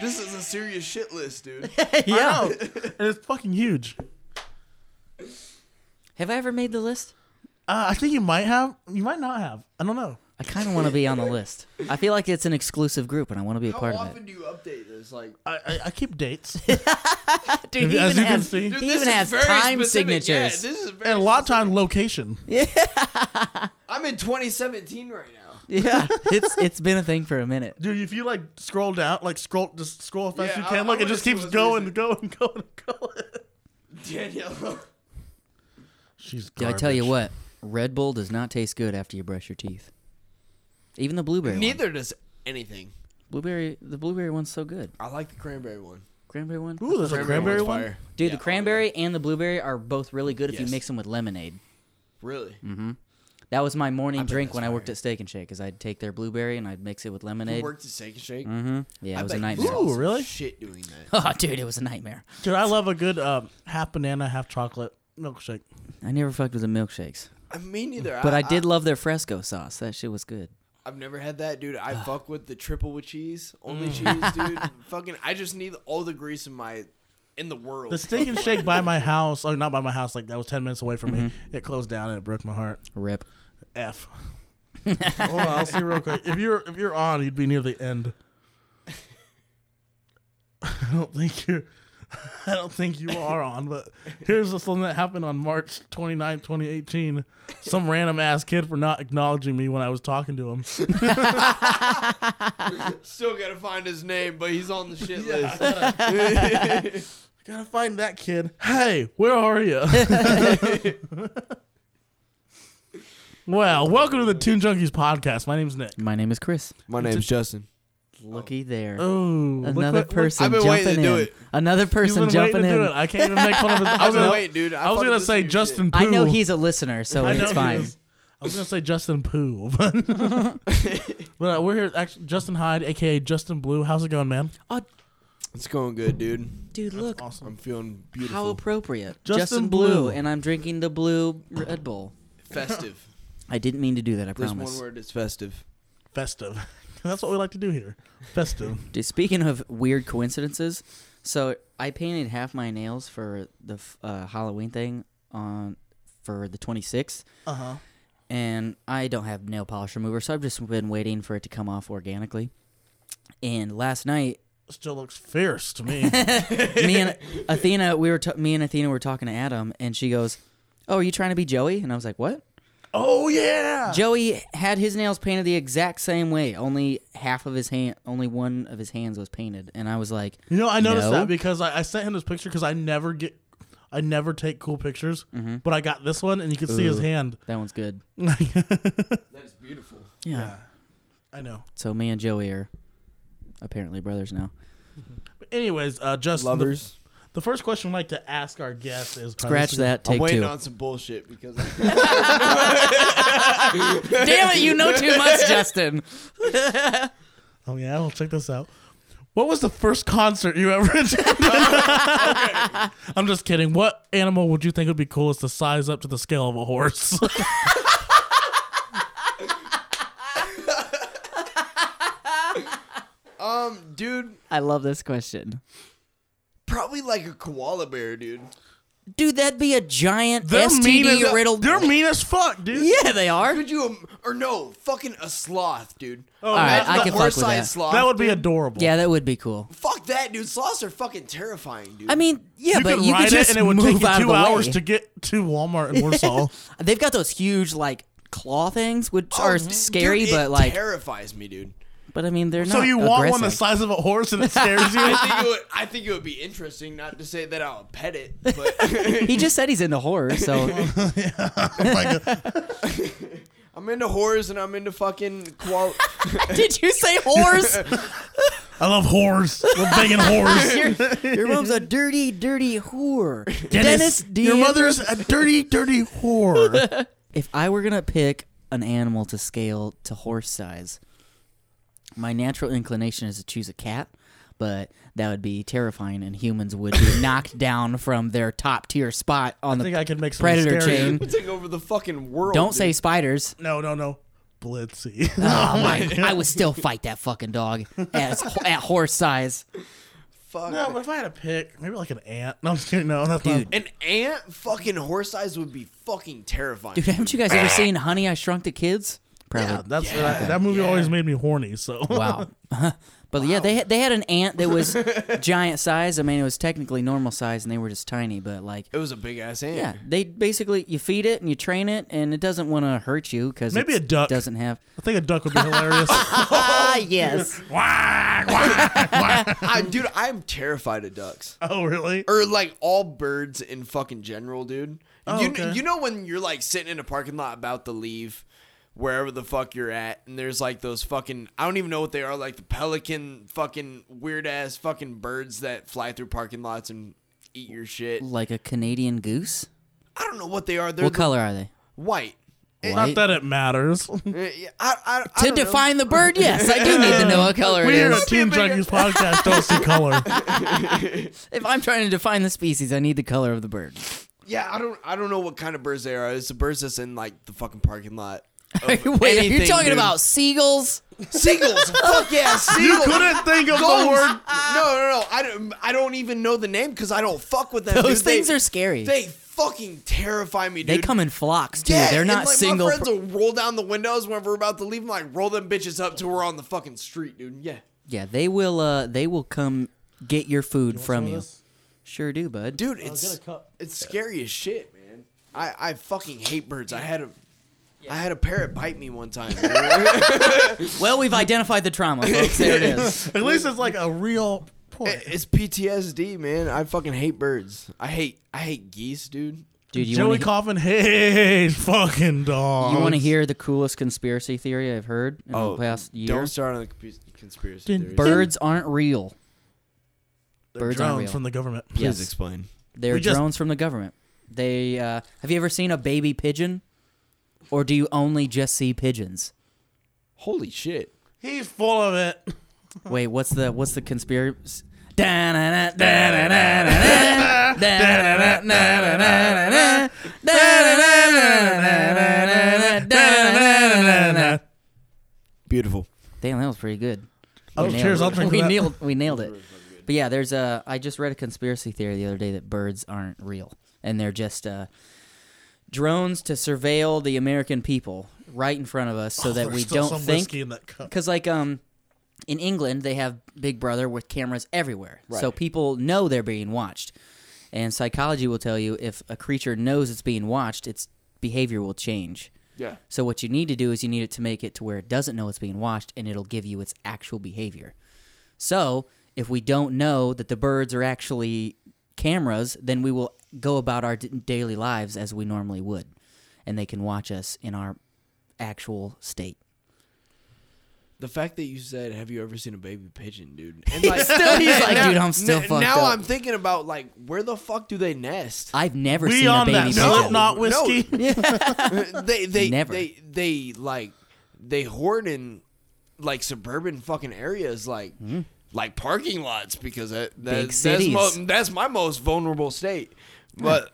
This is a serious shit list, dude. yeah. Oh, and it's fucking huge. Have I ever made the list? Uh, I think you might have. You might not have. I don't know. I kind of want to be on the list. I feel like it's an exclusive group, and I want to be a How part of often it. do you update this? Like, I I, I keep dates, Dude, as you can see, dude, he this even is has very time specific. signatures. Yeah, this is very and a lot of time location. I'm in 2017 right now. Yeah, it's it's been a thing for a minute. Dude, if you like scroll down, like scroll, just scroll as fast Yeah, as you I- can. Look, I it just wanna see keeps what's going and going and going and going. Danielle. She's. Did I tell you what? Red Bull does not taste good after you brush your teeth. Even the blueberry. one. Neither does anything. Blueberry. The blueberry one's so good. I like the cranberry one. Cranberry one. Ooh, there's a cranberry one's one. fire. Dude, Yeah, the cranberry and the blueberry are both really good if you Yes. mix them with lemonade. Really? Mm-hmm. That was my morning bet drink that's when I worked fire. at Steak and Shake. Is I'd take their blueberry and I'd mix it with lemonade. You worked at Shake and Shake. hmm Yeah, I it was bet a you nightmare. saw Ooh, some really? Shit, doing that. Oh, dude, it was a nightmare. Dude, I love a good um, half banana, half chocolate milkshake. I never fucked with the milkshakes, I mean, neither. but I did love their Fresco sauce. That shit was good. I've never had that, dude. I fuck with the triple with cheese, only Mm. cheese, dude. Fucking, I just need all the grease in my, in the world. The steak and shake by my house, or not by my house, like that was ten minutes away from me. Mm-hmm. It closed down and it broke my heart. Rip. F. Hold on, I'll see real quick. If you're if you're on, you'd be near the end. I don't think you're. I don't think you are on, but here's the something that happened on March 29, 2018. Some random ass kid for not acknowledging me when I was talking to him. Still gotta find his name, but he's on the shit list. Gotta find that kid. Hey, where are you? well, welcome to the Tune Junkies podcast. My name's Nick. My name is Chris. My name's Justin. Looky there. Oh, Another person I've been waiting jumping to do in. it. Another person jumping in. I can't even make fun of his. I I've was been gonna, waiting, dude. I, I was fuck gonna with say this new Justin Pooh. I know he's a listener, so I know it's he fine. is. I was gonna say Justin Pooh, but uh, we're here. Actually, Justin Hyde, aka Justin Blue. How's it going, man? Oh, shit. It's going good, dude. dude, look I'm feeling how beautiful, appropriate. Justin Blue, Blue. and I'm drinking the blue Red Bull. festive. I didn't mean to do that. I There's promise. one word. It's festive. Festive. That's what we like to do here. Festive. Dude, speaking of weird coincidences, so I painted half my nails for the f- uh, Halloween thing on for the 26th, Uh huh. and I don't have nail polish remover, so I've just been waiting for it to come off organically. And last night, Still looks fierce to me. me and Athena, we were t- me and Athena were talking to Adam, and she goes, "Oh, are you trying to be Joey?" And I was like, "What?" oh yeah. Joey had his nails painted the exact same way. Only half of his hand, only one of his hands was painted, and I was like, You know, I noticed No. that because I, I sent him this picture because I never get, I never take cool pictures, Mm-hmm. but I got this one and you could see his Ooh. hand. "That one's good." That is beautiful. yeah. I know. So me and Joey are apparently brothers now. But anyways, uh, Justin, the- Lovers. The, first question we like to ask our guest is Scratch that. I'm Take waiting two. on some bullshit because Damn it! You know too much, Justin. Oh yeah, well check this out. What was the first concert you ever attended? I'm just kidding. What animal would you think would be coolest to size up to the scale of a horse? um, dude, I love this question. probably like a koala bear, dude. Dude, that'd be a giant mean STD as, riddled. They're mean as fuck, dude. yeah, they are. Could you im- or no? Fucking a sloth, dude. Oh, right, that, that- I can fuck with Horse-sized that. sloth. that would be adorable. Yeah, that would be cool. Fuck that, dude. Sloths are fucking terrifying, dude. I mean, yeah, you but could you ride could just it, and it would move take you out of two the hours way. to get to Walmart in Warsaw. They've got those huge like claw things, which Oh, are dude, scary, it but like, terrifies me, dude. but I mean, they're not. so you want one the aggressive. size of a horse and it scares you? Oh I think it would. I think it would be interesting. Not to say that I'll pet it, but He just said he's into horror, so I'm into horrors and I'm into fucking koala. did you say horse? I love whores. We're big in whores. Your mom's a dirty, dirty whore. Dennis, Dennis your Dean. mother's a dirty, dirty whore. If I were gonna pick an animal to scale to horse size, my natural inclination is to choose a cat, but that would be terrifying, and humans would be knocked down from their top tier spot on I the think I can make some predator scary- chain. We'll take over the fucking world. Don't dude. say spiders. No, no, no. Blitzy. Oh my! I would still fight that fucking dog as at horse size. Fuck. no, but if I had a pick, maybe like an ant. No, I'm just kidding. No, that's Dude. not. An ant fucking horse eyes would be fucking terrifying. Dude, haven't you guys ever seen Honey I Shrunk the Kids? Probably. Yeah, that's That, that movie always made me horny. So wow. but yeah, they had, they had an ant that was giant size. I mean, it was technically normal size, and they were just tiny. But like, it was a big ass ant. yeah, they basically you feed it and you train it, and it doesn't want to hurt you because Maybe a duck. doesn't have. I think a duck would be hilarious. Oh, Ah, yes. Whack, whack, whack. I, dude, I'm terrified of ducks. oh, really? Or like all birds in fucking general, dude. Oh, you, okay. you know when you're like sitting in a parking lot about to leave wherever the fuck you're at and there's like those fucking I don't even know what they are, like the pelican fucking weird ass fucking birds that fly through parking lots and eat your shit. like a Canadian goose. I don't know what they are. They're What the- color are they? white. Not White. that it matters. Uh, yeah, I, I, I Hmm? to don't know. define the bird, yes, I do need to know what color it we here is. at Team Junkies podcast don't see color. If I'm trying to define the species, I need the color of the bird. Yeah, I don't I don't know what kind of birds they are. It's the birds that's in like the fucking parking lot. of Wait, are you anything, talking dude. about seagulls? seagulls? Fuck yeah, seagulls. Couldn't think of Ghosts. the word. No, no, no. I don't. I don't even know the name because I don't fuck with them. Those dude. things they, are scary. They fucking terrify me, They dude. come in flocks too. Yeah, They're and, not like, single. My friends per- will roll down the windows when we're about to leave. i like, roll them bitches up till we're on the fucking street, dude. Yeah, yeah, they will. Uh, they will come get your food from you. Sure do, bud. dude, it's it's scary as shit, man. I I fucking hate birds. I had a. I had a parrot bite me one time. dude. Well, we've identified the trauma, folks. There it is. At least it's like a real point. it's PTSD, man. I fucking hate birds. I hate I hate geese, dude. Dude, you Joey want to Coffin hates fucking dogs. you want to hear the coolest conspiracy theory I've heard in Oh, the past don't Oh, year? start on the cons- conspiracy theories. Didn't Birds aren't real. They're birds aren't drones real. from the government? Please Yes. explain. They're We just- drones from the government. They uh, have you ever seen a baby pigeon, or do you only just see pigeons? Holy shit. He's full of it. Wait, what's the what's the conspiracy? Damn, Beautiful. that was pretty good. Oh, We nailed cheers, it. I'll drink to We that. nailed, we nailed it. But yeah, there's a. I just read a conspiracy theory the other day that birds aren't real and they're just uh, drones to surveil the American people right in front of us, so that Oh, There's we still don't some think whiskey in that cup. because like um in England they have Big Brother with cameras everywhere, so Right. people know they're being watched. And psychology will tell you if a creature knows it's being watched, its behavior will change. Yeah. So what you need to do is you need it to make it to where it doesn't know it's being watched, and it'll give you its actual behavior. So if we don't know that the birds are actually cameras, then we will go about our d- daily lives as we normally would, and they can watch us in our actual state. The fact that you said, "Have you ever seen a baby pigeon, dude?" And like, still- he's like, "Dude, I'm still n- fucked Now up." I'm thinking about like, where the fuck do they nest? I've never We seen a on baby that pigeon. Slipknot No. whiskey. they they Never. they they like they hoard in like suburban fucking areas, like like parking lots, because that, that Mm-hmm. Big that's, cities. mo- that's my most vulnerable state. But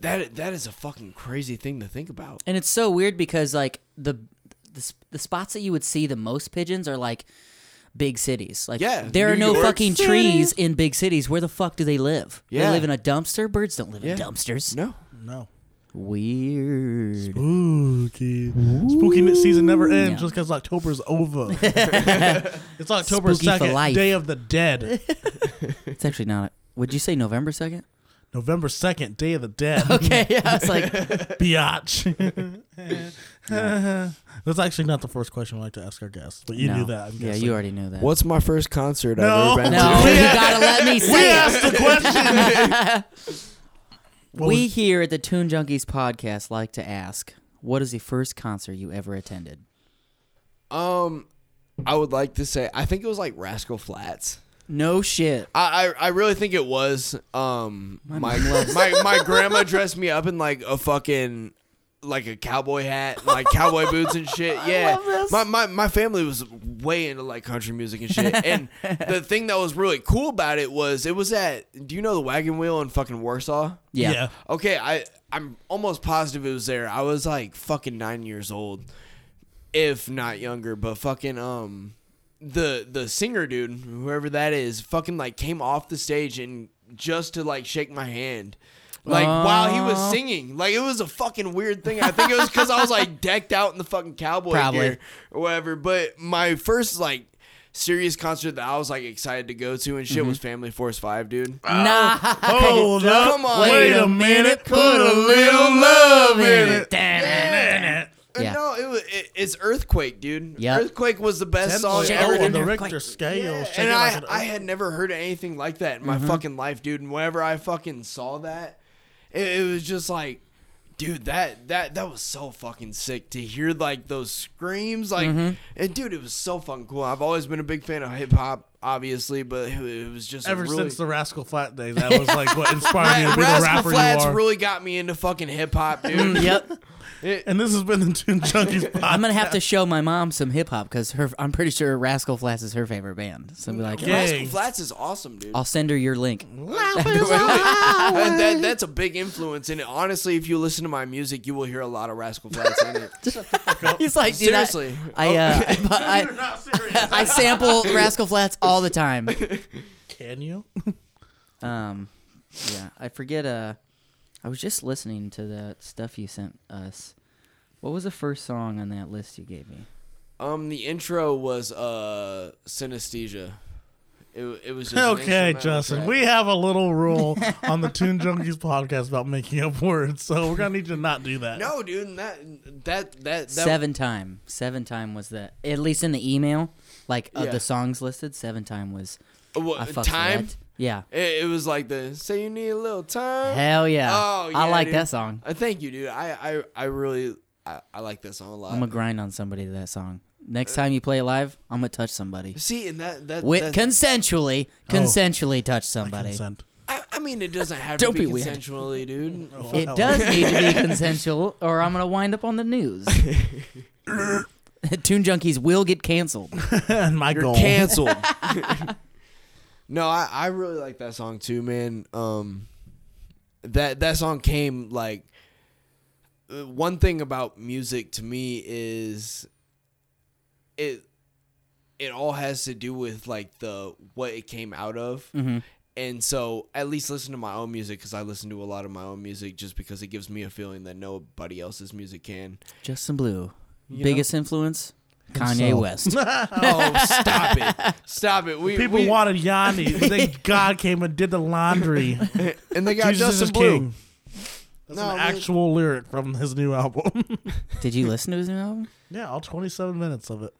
that that is a fucking crazy thing to think about. And it's so weird because like the the, s- the spots that you would see the most pigeons are like big cities. Like Yeah, there are New no York fucking City. trees in big cities. Where the fuck do they live? Yeah. They live in a dumpster. Birds don't live Yeah. in dumpsters. No, No. Weird. Spooky. Spooky season never ends Yeah. just because October's over. it's October Spooky for 2nd, life. Day of the Dead. It's actually not. Would you say November second? November 2nd, Day of the Dead. Okay, yeah. I was like, Biatch. That's actually not the first question we like to ask our guests, but you no. knew that. I'm yeah, guessing. you already knew that. what's my first concert No. I've ever been No, to? you gotta let me We say it. asked the question. What We was- here at the Toon Junkies podcast like to ask, what is the first concert you ever attended? Um, I would like to say I think it was like Rascal Flats. No shit. I I, I really think it was. Um, my my, my grandma dressed me up in like a fucking like a cowboy hat, and, like cowboy boots and shit. Yeah, my my my family was way into like country music and shit. And the thing that was really cool about it was it was at. Do you know the wagon wheel in fucking Warsaw? Yeah. Yeah. Okay, I I'm almost positive it was there. I was like fucking nine years old, if not younger. But fucking um, the the singer dude, whoever that is, fucking like came off the stage and just to like shake my hand. Like while he was singing, like it was a fucking weird thing. I think it was because I was like decked out in the fucking cowboy Probably. gear or whatever. But my first like serious concert that I was like excited to go to and shit was Family Force Five, dude. Ah, Nah. Uh, Hold up. Come on. Wait, a minute. Put a little love in it. Yeah. Uh, No, it was, it, it's Earthquake, dude. Yep. Earthquake was the best song Shake it ever. like on dude. the an Richter earthquake. scale. shake And it I, like an I earth- Mm-hmm. had never heard anything like that in my fucking life, dude. And whenever I fucking saw that, it, it was just like, dude, that that that was so fucking sick to hear like those screams, like, Mm-hmm. and dude, it was so fucking cool. I've always been a big fan of hip hop, obviously, but it, it was just a Ever really- since the Rascal Flat days, that was like what inspired me to be the Rascal rapper Flats you are. Mm. really got me into fucking hip hop, dude. Mm, yep. and this has been the Two Junkies podcast. I'm gonna have to show my mom some hip hop because her. I'm pretty sure Rascal Flatts is her favorite band. So be like, Yeah. Rascal Dang. Flats is awesome, dude. I'll send her your link. And that, that's a big influence in it. Honestly, if you listen to my music, you will hear a lot of Rascal Flats in it. He's like, dude, I- Seriously. I, uh, I, I, I sample Rascal Flats all the time. Can you? Um, yeah, I forget. Uh, I was just listening to that stuff you sent us. What was the first song on that list you gave me? Um, the intro was uh synesthesia. It, it was just an Okay, instrumental Justin. track. We have a little rule on the Toon Junkies podcast about making up words, so we're gonna need you to not do that. no, dude. That that that, that seven time, seven time was the at least in the email, like of Yeah. the songs listed. Seven time was wa- I fucked with time. that. Yeah, It, it was like the say you need a little time. hell yeah. Oh, I yeah, like dude. that song. Uh, thank you, dude. I I I really I, I like that song a lot. I'm gonna grind on somebody to that song. Next Uh, time you play it live, I'm gonna touch somebody. See, and that that, With, that- consensually, consensually touch somebody. Consent. I, I mean, it doesn't have Don't to be, be weird. consensually, dude. Oh, It does need to be consensual, or I'm gonna wind up on the news. Toon Junkies will get canceled. and my You're goal. canceled. no, I, I really like that song too, man. Um, that that song came like uh, one thing about music to me is it it all has to do with like the what it came out of. And so, at least listen to my own music because I listen to a lot of my own music just because it gives me a feeling that nobody else's music can. Justin Blue, You biggest influence, Kanye Himself. West. Oh, stop it! Stop it! We People we- wanted Yanni. Thank God came and did the laundry. and they got Jesus Justin is Blue. king. That's No, an man. actual lyric from his new album. Did you listen to his new album? yeah, all 27 minutes of it.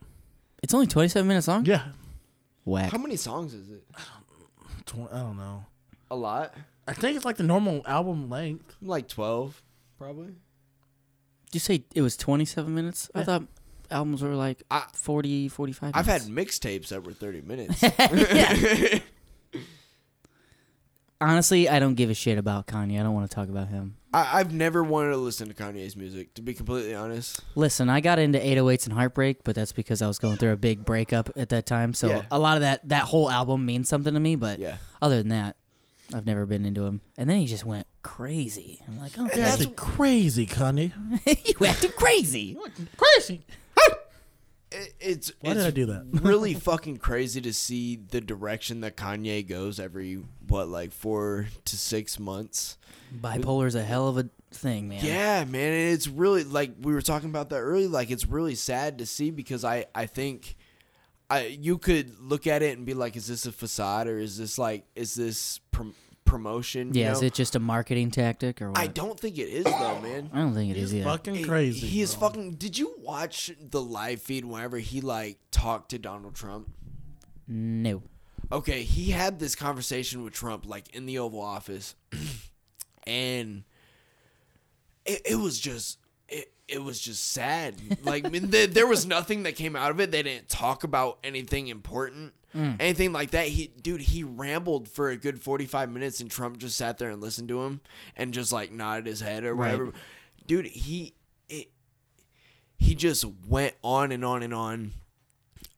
It's only 27 minutes long. Yeah, Whack. How many songs is it? tw- I don't know. A lot. I think it's like the normal album length. Like 12, probably. Did you say it was 27 minutes? I Yeah. thought albums were like I- 40, 45. I've had minutes. mixtapes that were 30 minutes. Honestly, I don't give a shit about Kanye. I don't want to talk about him. I, I've never wanted to listen to Kanye's music, to be completely honest. Listen, I got into 808s and Heartbreak, but that's because I was going through a big breakup at that time. So Yeah. a lot of that that whole album means something to me. But Yeah. other than that, I've never been into him. And then he just went crazy. I'm like, oh, That's- That's crazy, Kanye. you acting crazy. Crazy. It, it's Why it's did I do that? really fucking crazy to see the direction that Kanye goes every, what, like four to six months. Bipolar is a hell of a thing, man. Yeah, man, and it's really like we were talking about that earlier. Like it's really sad to see because I I think I you could look at it and be like, is this a facade or is this like is this prom- promotion? you Yeah, is know? it just a marketing tactic or what? I don't think it is though, man. I don't think it is He's either. fucking He- crazy. He is bro. fucking. Did you watch the live feed whenever he like talked to Donald Trump? No. okay, he had this conversation with Trump, like in the Oval Office, and it, it was just it, it was just sad. Like I mean, th- there was nothing that came out of it. They didn't talk about anything important, anything like that. He, dude, he rambled for a good forty five minutes, and Trump just sat there and listened to him and just like nodded his head or whatever. Dude, he he just went on and on and on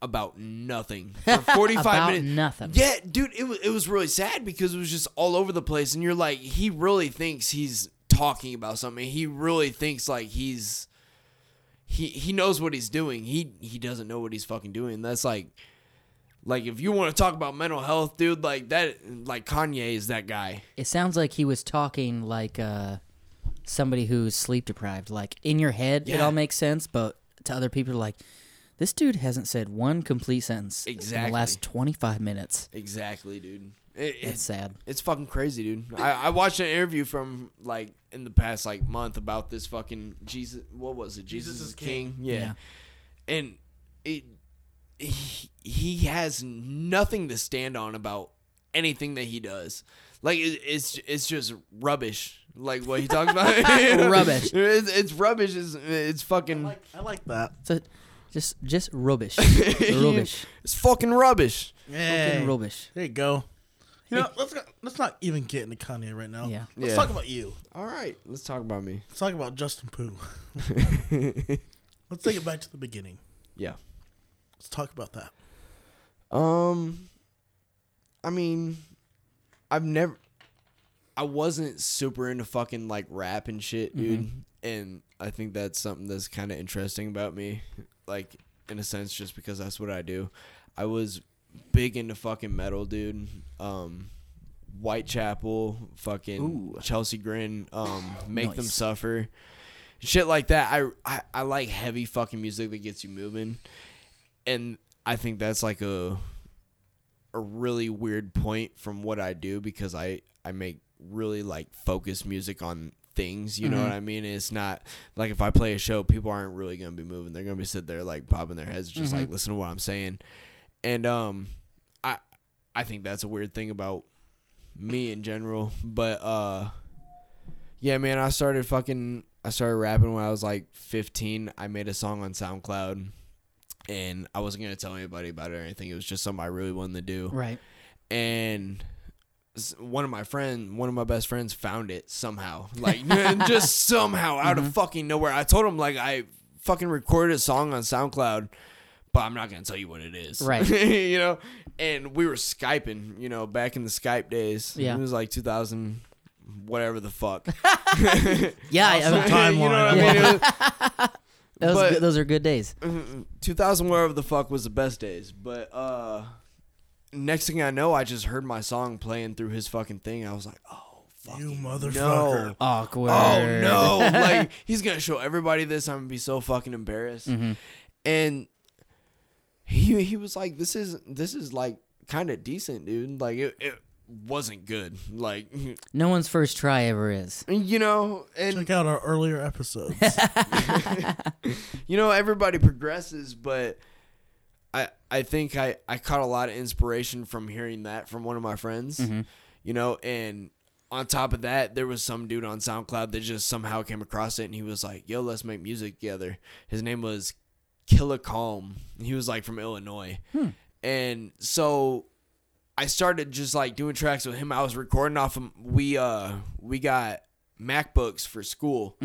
about nothing for 45 About minutes. nothing. Yeah, dude, it was, it was really sad because it was just all over the place. And you're like, he really thinks he's talking about something. He really thinks like he's. He, he knows what he's doing. He he doesn't know what he's fucking doing. That's like, like if you want to talk about mental health, dude, like that, like Kanye is that guy. It sounds like he was talking like uh, somebody who's sleep deprived. Like in your head, it Yeah. all makes sense, but to other people, like this dude hasn't said one complete sentence in Exactly. the last twenty five minutes. Exactly, dude. It, It's it's sad. it's fucking crazy, dude. I, I watched an interview from like in the past like month about this fucking Jesus. What was it? Jesus, is King. Yeah. and it he, he has nothing to stand on about anything that he does. Like it, it's it's just rubbish. Like what he talks about, Rubbish. It's, it's rubbish. It's, it's fucking. I like that. So just just rubbish, rubbish, It's fucking rubbish. fucking Yeah. rubbish. There you go. You know, let's not, let's not even get into Kanye right now. Yeah. Let's Yeah. talk about you. All right, let's talk about me. Let's talk about Justin Pooh. let's take it back to the beginning. Yeah. Let's talk about that. Um, I mean, I've never, I wasn't super into fucking like rap and shit, dude. And I think that's something that's kind of interesting about me, like in a sense, just because that's what I do. I was big into fucking metal, dude. Um, Whitechapel, fucking Ooh. Chelsea Grin, um, make them Nice. suffer, shit like that. I, I I like heavy fucking music that gets you moving, and I think that's like a a really weird point from what I do because I I make really like focused music on things. You know what I mean? It's not like if I play a show, people aren't really gonna be moving. They're gonna be sitting there like bobbing their heads, just like listen to what I'm saying. And um, I I think that's a weird thing about me in general. But uh, yeah, man, I started fucking. I started rapping when I was like 15. I made a song on SoundCloud. And I wasn't gonna tell anybody about it or anything. It was just something I really wanted to do Right. and s- one of my friend, one of my best friends, found it somehow, like just somehow out Mm-hmm. of fucking nowhere. I told him like I fucking recorded a song on SoundCloud, but I'm not gonna tell you what it is, Right. you know. And we were skyping, you know, back in the Skype days. Yeah. it was like 2000, whatever the fuck. Yeah, I, you Awesome. I, know what I Timeline. mean? It was- those, But- good- those are good days. 2000 wherever the fuck was the best days but uh next thing i know i just heard my song playing through his fucking thing i was like oh fuck You motherfucker. Awkward. oh no like he's gonna show everybody this i'm gonna be so fucking embarrassed and he he was like this is this is like kind of decent dude like it, it wasn't good like No one's first try ever is. you know and Check out our earlier episodes. Oh, you know everybody progresses but i i think i i caught a lot of inspiration from hearing that from one of my friends you know and on top of that there was some dude on soundcloud that just somehow came across it and he was like yo let's make music together his name was killer calm he was like from illinois and so I started just like doing tracks with him. I was recording off of we uh we got MacBooks for school.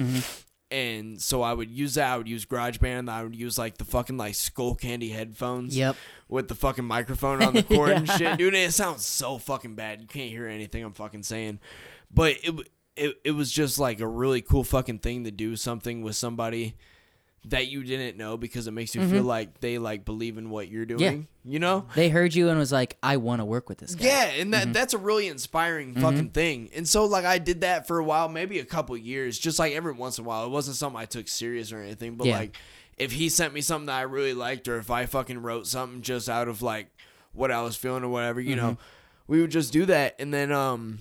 And so I would use that. I would use GarageBand. I would use like the fucking like skull candy headphones. Yep. With the fucking microphone on the cord and shit, dude. It sounds so fucking bad. You can't hear anything I'm fucking saying. But it w- it it was just like a really cool fucking thing to do something with somebody that you didn't know because it makes you feel like they like believe in what you're doing. You know. They heard you and was like, I want to work with this guy. Yeah, and that that's a really inspiring fucking thing. And so like I did that for a while, maybe a couple years, just like every once in a while. It wasn't something I took serious or anything, but Yeah. like if he sent me something that I really liked or if I fucking wrote something just out of like what I was feeling or whatever, you know, we would just do that and then um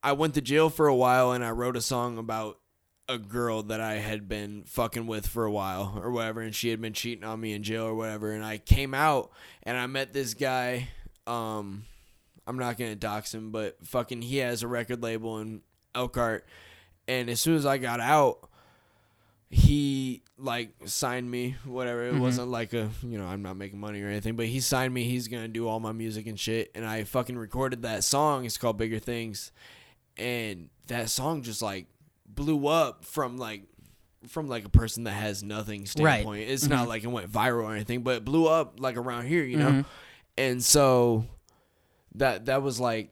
I went to jail for a while and I wrote a song about a girl that I had been fucking with for a while or whatever and she had been cheating on me in jail or whatever and I came out and I met this guy um I'm not going to dox him but fucking he has a record label in Elkhart and as soon as I got out he like signed me whatever it wasn't like a you know i'm not making money or anything but he signed me he's gonna do all my music and shit and i fucking recorded that song it's called bigger things and that song just like blew up from like from like a person that has nothing standpoint. It's not like it went viral or anything, but it blew up like around here, you know. And so that that was like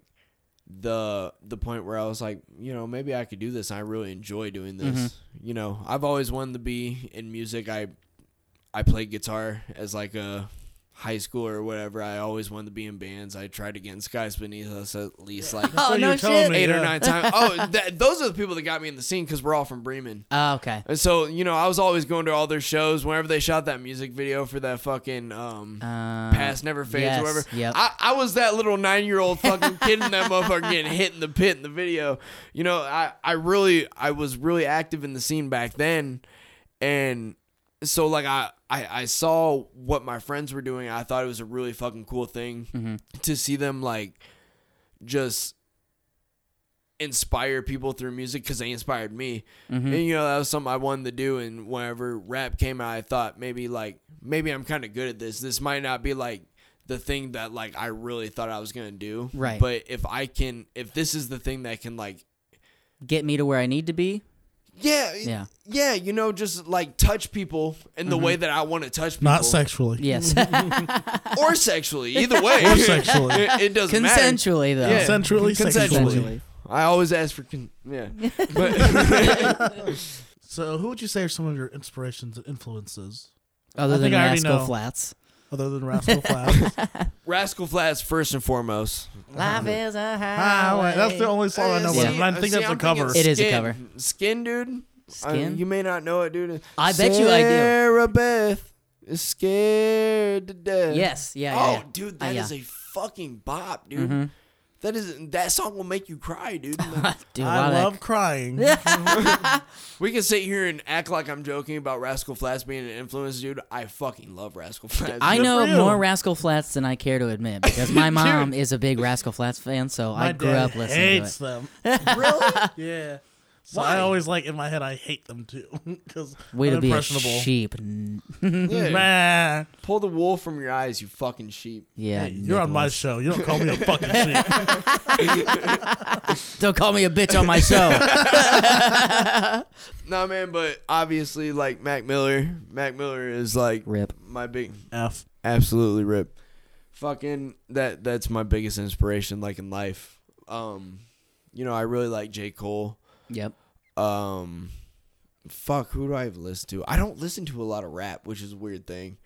the the point where I was like, you know, maybe I could do this. I really enjoy doing this. You know, I've always wanted to be in music. I I played guitar as like a high school or whatever. I always wanted to be in bands. I tried to get in Skies Beneath Us at least like Oh, what you no were telling shit. me, eight yeah. or nine times. Oh, that, those are the people that got me in the scene because we're all from Bremen. Oh, okay. And so, you know, I was always going to all their shows whenever they shot that music video for that fucking um, Uh, Past Never Fades yes, or whatever. yep. I, I was that little nine year old fucking kid and that motherfucker getting hit in the pit in the video. You know, I, I really, I was really active in the scene back then. And so, like, I, I, I saw what my friends were doing. I thought it was a really fucking cool thing Mm-hmm. to see them, like, just inspire people through music because they inspired me. Mm-hmm. And you know that was something I wanted to do. And whenever rap came out, I thought maybe like maybe I'm kind of good at this. This might not be like the thing that like I really thought I was gonna do. Right. But if I can, if this is the thing that can like Get me to where I need to be. yeah Yeah. Mm-hmm. yeah you know just like touch people in the way that I want to touch people, Not sexually. Yes. or sexually either way Or sexually. it, it doesn't matter. Consensually, though. Yeah. Consensually, sexually. Consensually. I always ask for con- yeah. So, who would you say are some of your inspirations and influences Other I than think I already Rascal know. Flats. other than Rascal Flatts? Rascal Flats first and foremost. Life is a ah, highway. wait, that's the only song I know. Yeah. by them. I think that's the cover. It is a Skin. cover. Skin, dude. I- Skin? you may not know it, dude. I bet you I do. Sarah Beth is scared to death. Yes. Yeah. yeah, Mm-hmm. oh, yeah. dude, Ah, that yeah. is a fucking bop, dude. That is that song will make you cry, dude. Like, Dude, I wow, that- love crying. we can sit here and act like I'm joking about Rascal Flatts being an influence, dude. I fucking love Rascal Flatts. I dude. know for you. more Rascal Flats than I care to admit because my mom is a big Rascal Flats fan, so My I grew dad up listening hates to it. them. really. Yeah. So I always like in my head I hate them too because Way I'm to be a impressionable. sheep. N- Yeah. Man, Pull the wool from your eyes, you fucking sheep. Yeah, you're on my Nicholas. show. You don't call me a fucking sheep. Don't call me a bitch on my show. Nah, man, but obviously, like Mac Miller, Mac Miller is like Rip. my big F. absolutely rip fucking that that's my biggest inspiration like in life um you know i really like j cole Yep. um fuck who do i have listened to i don't listen to a lot of rap which is a weird thing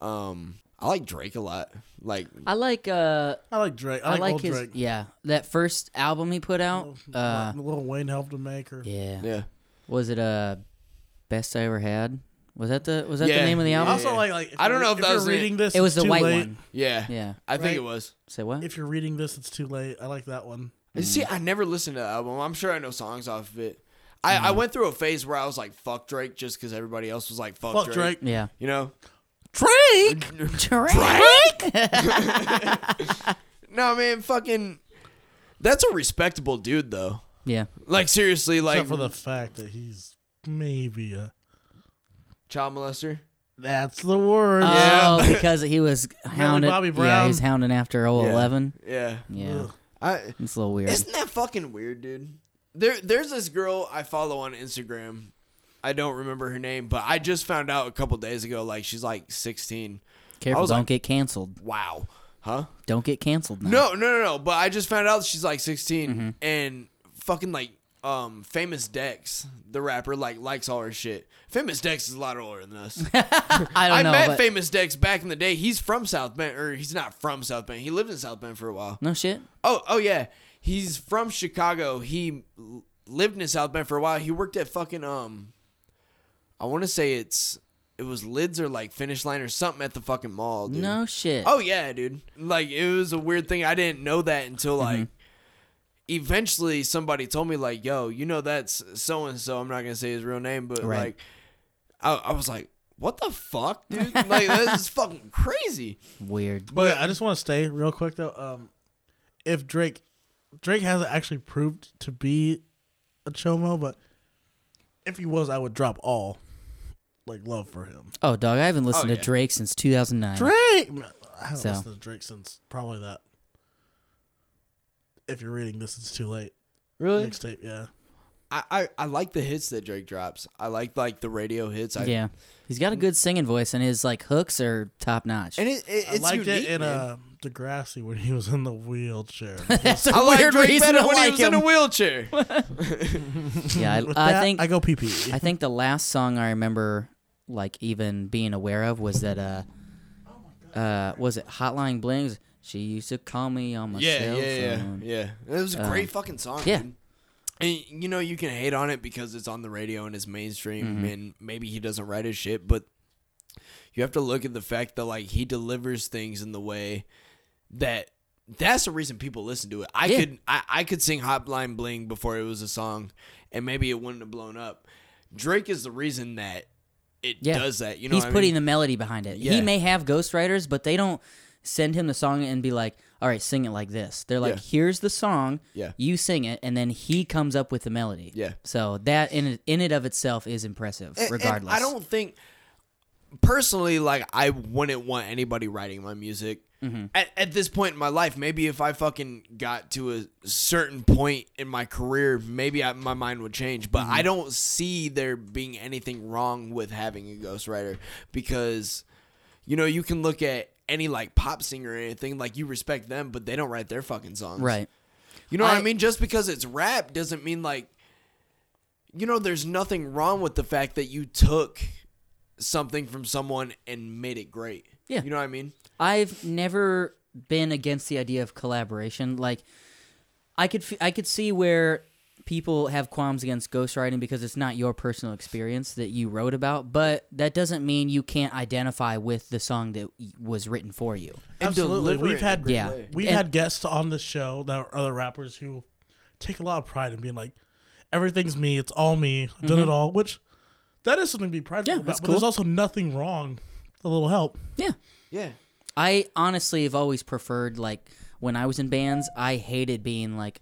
um i like drake a lot like I like. uh I like Drake. I I like, like old his. Drake. Yeah, that first album he put out. Uh, Little Wayne helped him make her. yeah. yeah Was it uh, best I ever had? Was that the was that the Yeah, name of the yeah. I album? also like, like if I don't you're- know if that you're was it. reading this. It was it's the too white late. one. yeah Yeah. i think Right. it was Say what? If you're reading this, it's too late. I like that one. See, I never listened to the album. I'm sure I know songs off of it. I, I went through a phase where I was like, fuck Drake, just because everybody else was like, fuck, Fuck Drake. Drake. Yeah. You know? Drake. Drake. No, man, fucking. That's a respectable dude, though. yeah. Like seriously, like Except for the mm. fact that he's maybe a. child molester. That's the word. Yeah. Oh, because he was hounded. Bobby Yeah, Brown. he's hounding after 011. Yeah, Yeah. Ugh. I. It's a little weird. Isn't that fucking weird, dude? There, there's this girl I follow on Instagram. I don't remember her name, but I just found out a couple days ago. Like she's like 16. I Careful, was don't like- get canceled. Wow. Huh? Don't get canceled now. No, no, no, no. But I just found out she's like 16 and fucking like um famous Dex, the rapper, like likes all her shit. Famous Dex is a lot older than us. I don't I know. met but- Famous Dex back in the day. He's from South Bend, or he's not from South Bend. He lived in South Bend for a while. no shit. Oh, oh yeah, he's from Chicago. He l- lived in South Bend for a while. He worked at fucking um, I want to say it's it was Lids or like Finish Line or something at the fucking mall. Dude. No shit. Oh yeah, dude. Like it was a weird thing. I didn't know that until Mm-hmm. like eventually somebody told me like, "Yo, you know that's so and so." I'm not gonna say his real name, but Right. like, I, I was like, "What the fuck, dude? like this is fucking crazy." Weird. But I just want to stay real quick though. Um, if Drake, Drake hasn't actually proved to be a chomo, but if he was, I would drop all like love for him. Oh, dog. I haven't listened Oh, to yeah. Drake since 2009. Drake, I haven't So. listened to Drake since probably that. If you're reading this, it's too late. Really? Mixtape, yeah. I, I, I like the hits that Drake drops. I like like the radio hits. I, yeah, he's got a good singing voice, and his like hooks are top notch. and it, it I it's liked unique. it in man. uh, Degrassi when he was in the wheelchair. That's a I like weird Drake reason better to when he like was in him. a wheelchair. yeah, With I, I that, think I go E. pee pee. I think the last song I remember, like even being aware of, was that uh, Oh uh, was it Hotline Blings? She used to call me on my yeah, cell yeah, yeah, phone. Uh, yeah. It was a great fucking song. yeah. dude. And you know you can hate on it because it's on the radio and it's mainstream, Mm-hmm. and maybe he doesn't write his shit, but you have to look at the fact that like he delivers things in the way that that's the reason people listen to it. I Yeah. could I, I could sing Hotline Bling before it was a song, and maybe it wouldn't have blown up. Drake is the reason that it Yeah. does that. You know, he's what I putting mean? the melody behind it. Yeah. He may have ghostwriters, but they don't send him the song and be like, "All right, sing it like this." They're like, Yeah. "Here's the song. Yeah. You sing it, and then he comes up with the melody." Yeah. So that in in it of itself is impressive, And- and regardless. I don't think personally, like I wouldn't want anybody writing my music. Mm-hmm. At, at this point in my life, maybe if I fucking got to a certain point in my career, maybe I, my mind would change. But Mm-hmm. I don't see there being anything wrong with having a ghostwriter because, you know, you can look at any like pop singer or anything, like you respect them, but they don't write their fucking songs. Right. You know what I I- mean? Just because it's rap doesn't mean like you know, there's nothing wrong with the fact that you took something from someone and made it great. Yeah. You know what I mean? I've never been against the idea of collaboration. Like, I could f- I could see where people have qualms against ghostwriting because it's not your personal experience that you wrote about, but that doesn't mean you can't identify with the song that y- was written for you. And deliver Absolutely, it we've in a had great Yeah. way. we And- had guests on the show that are other rappers who take a lot of pride in being like, everything's me, it's all me, I've done it all, which that is something to be prideful Mm-hmm. Yeah, about. that's But there's cool. also nothing wrong. with A little help. Yeah. Yeah. I honestly have always preferred like when I was in bands, I hated being like,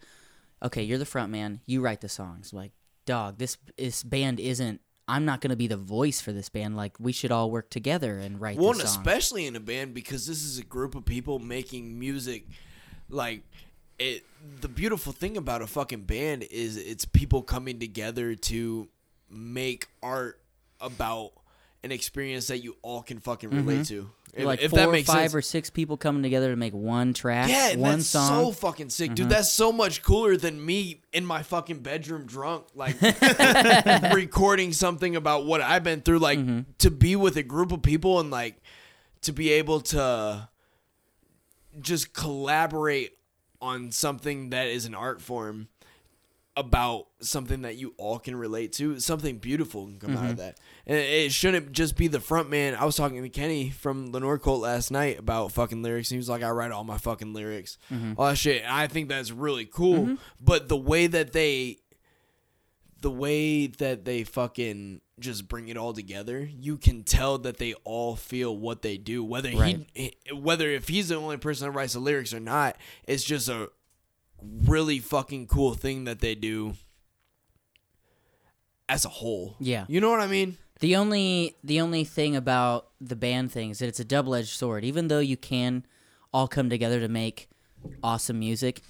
okay, you're the front man, you write the songs. Like, dog, this this band isn't. I'm not gonna be the voice for this band. Like, we should all work together and write. Well, the and song. especially in a band because this is a group of people making music like it the beautiful thing about a fucking band is it's people coming together to make art about an experience that you all can fucking relate to. If, Mm-hmm. like if four, that or makes five, sense. or six people coming together to make one track, Yeah, and one that's song. Mm-hmm. so fucking sick, dude. That's so much cooler than me in my fucking bedroom drunk, like recording something about what I've been through. Like Mm-hmm. to be with a group of people and like to be able to just collaborate on something that is an art form about something that you all can relate to. Something beautiful can come out of that. And it shouldn't just be the front man. I was talking to Kenny from Lenore Colt last night about fucking lyrics. And he was like, I write all my fucking lyrics. All that shit. And I think that's really cool. But the way that they the way that they fucking just bring it all together, you can tell that they all feel what they do. Whether Right. he, whether if he's the only person that writes the lyrics or not, it's just a really fucking cool thing that they do as a whole. Yeah. you know what I mean. The only the only thing about the band thing is that it's a double edged sword. Even though you can all come together to make awesome music,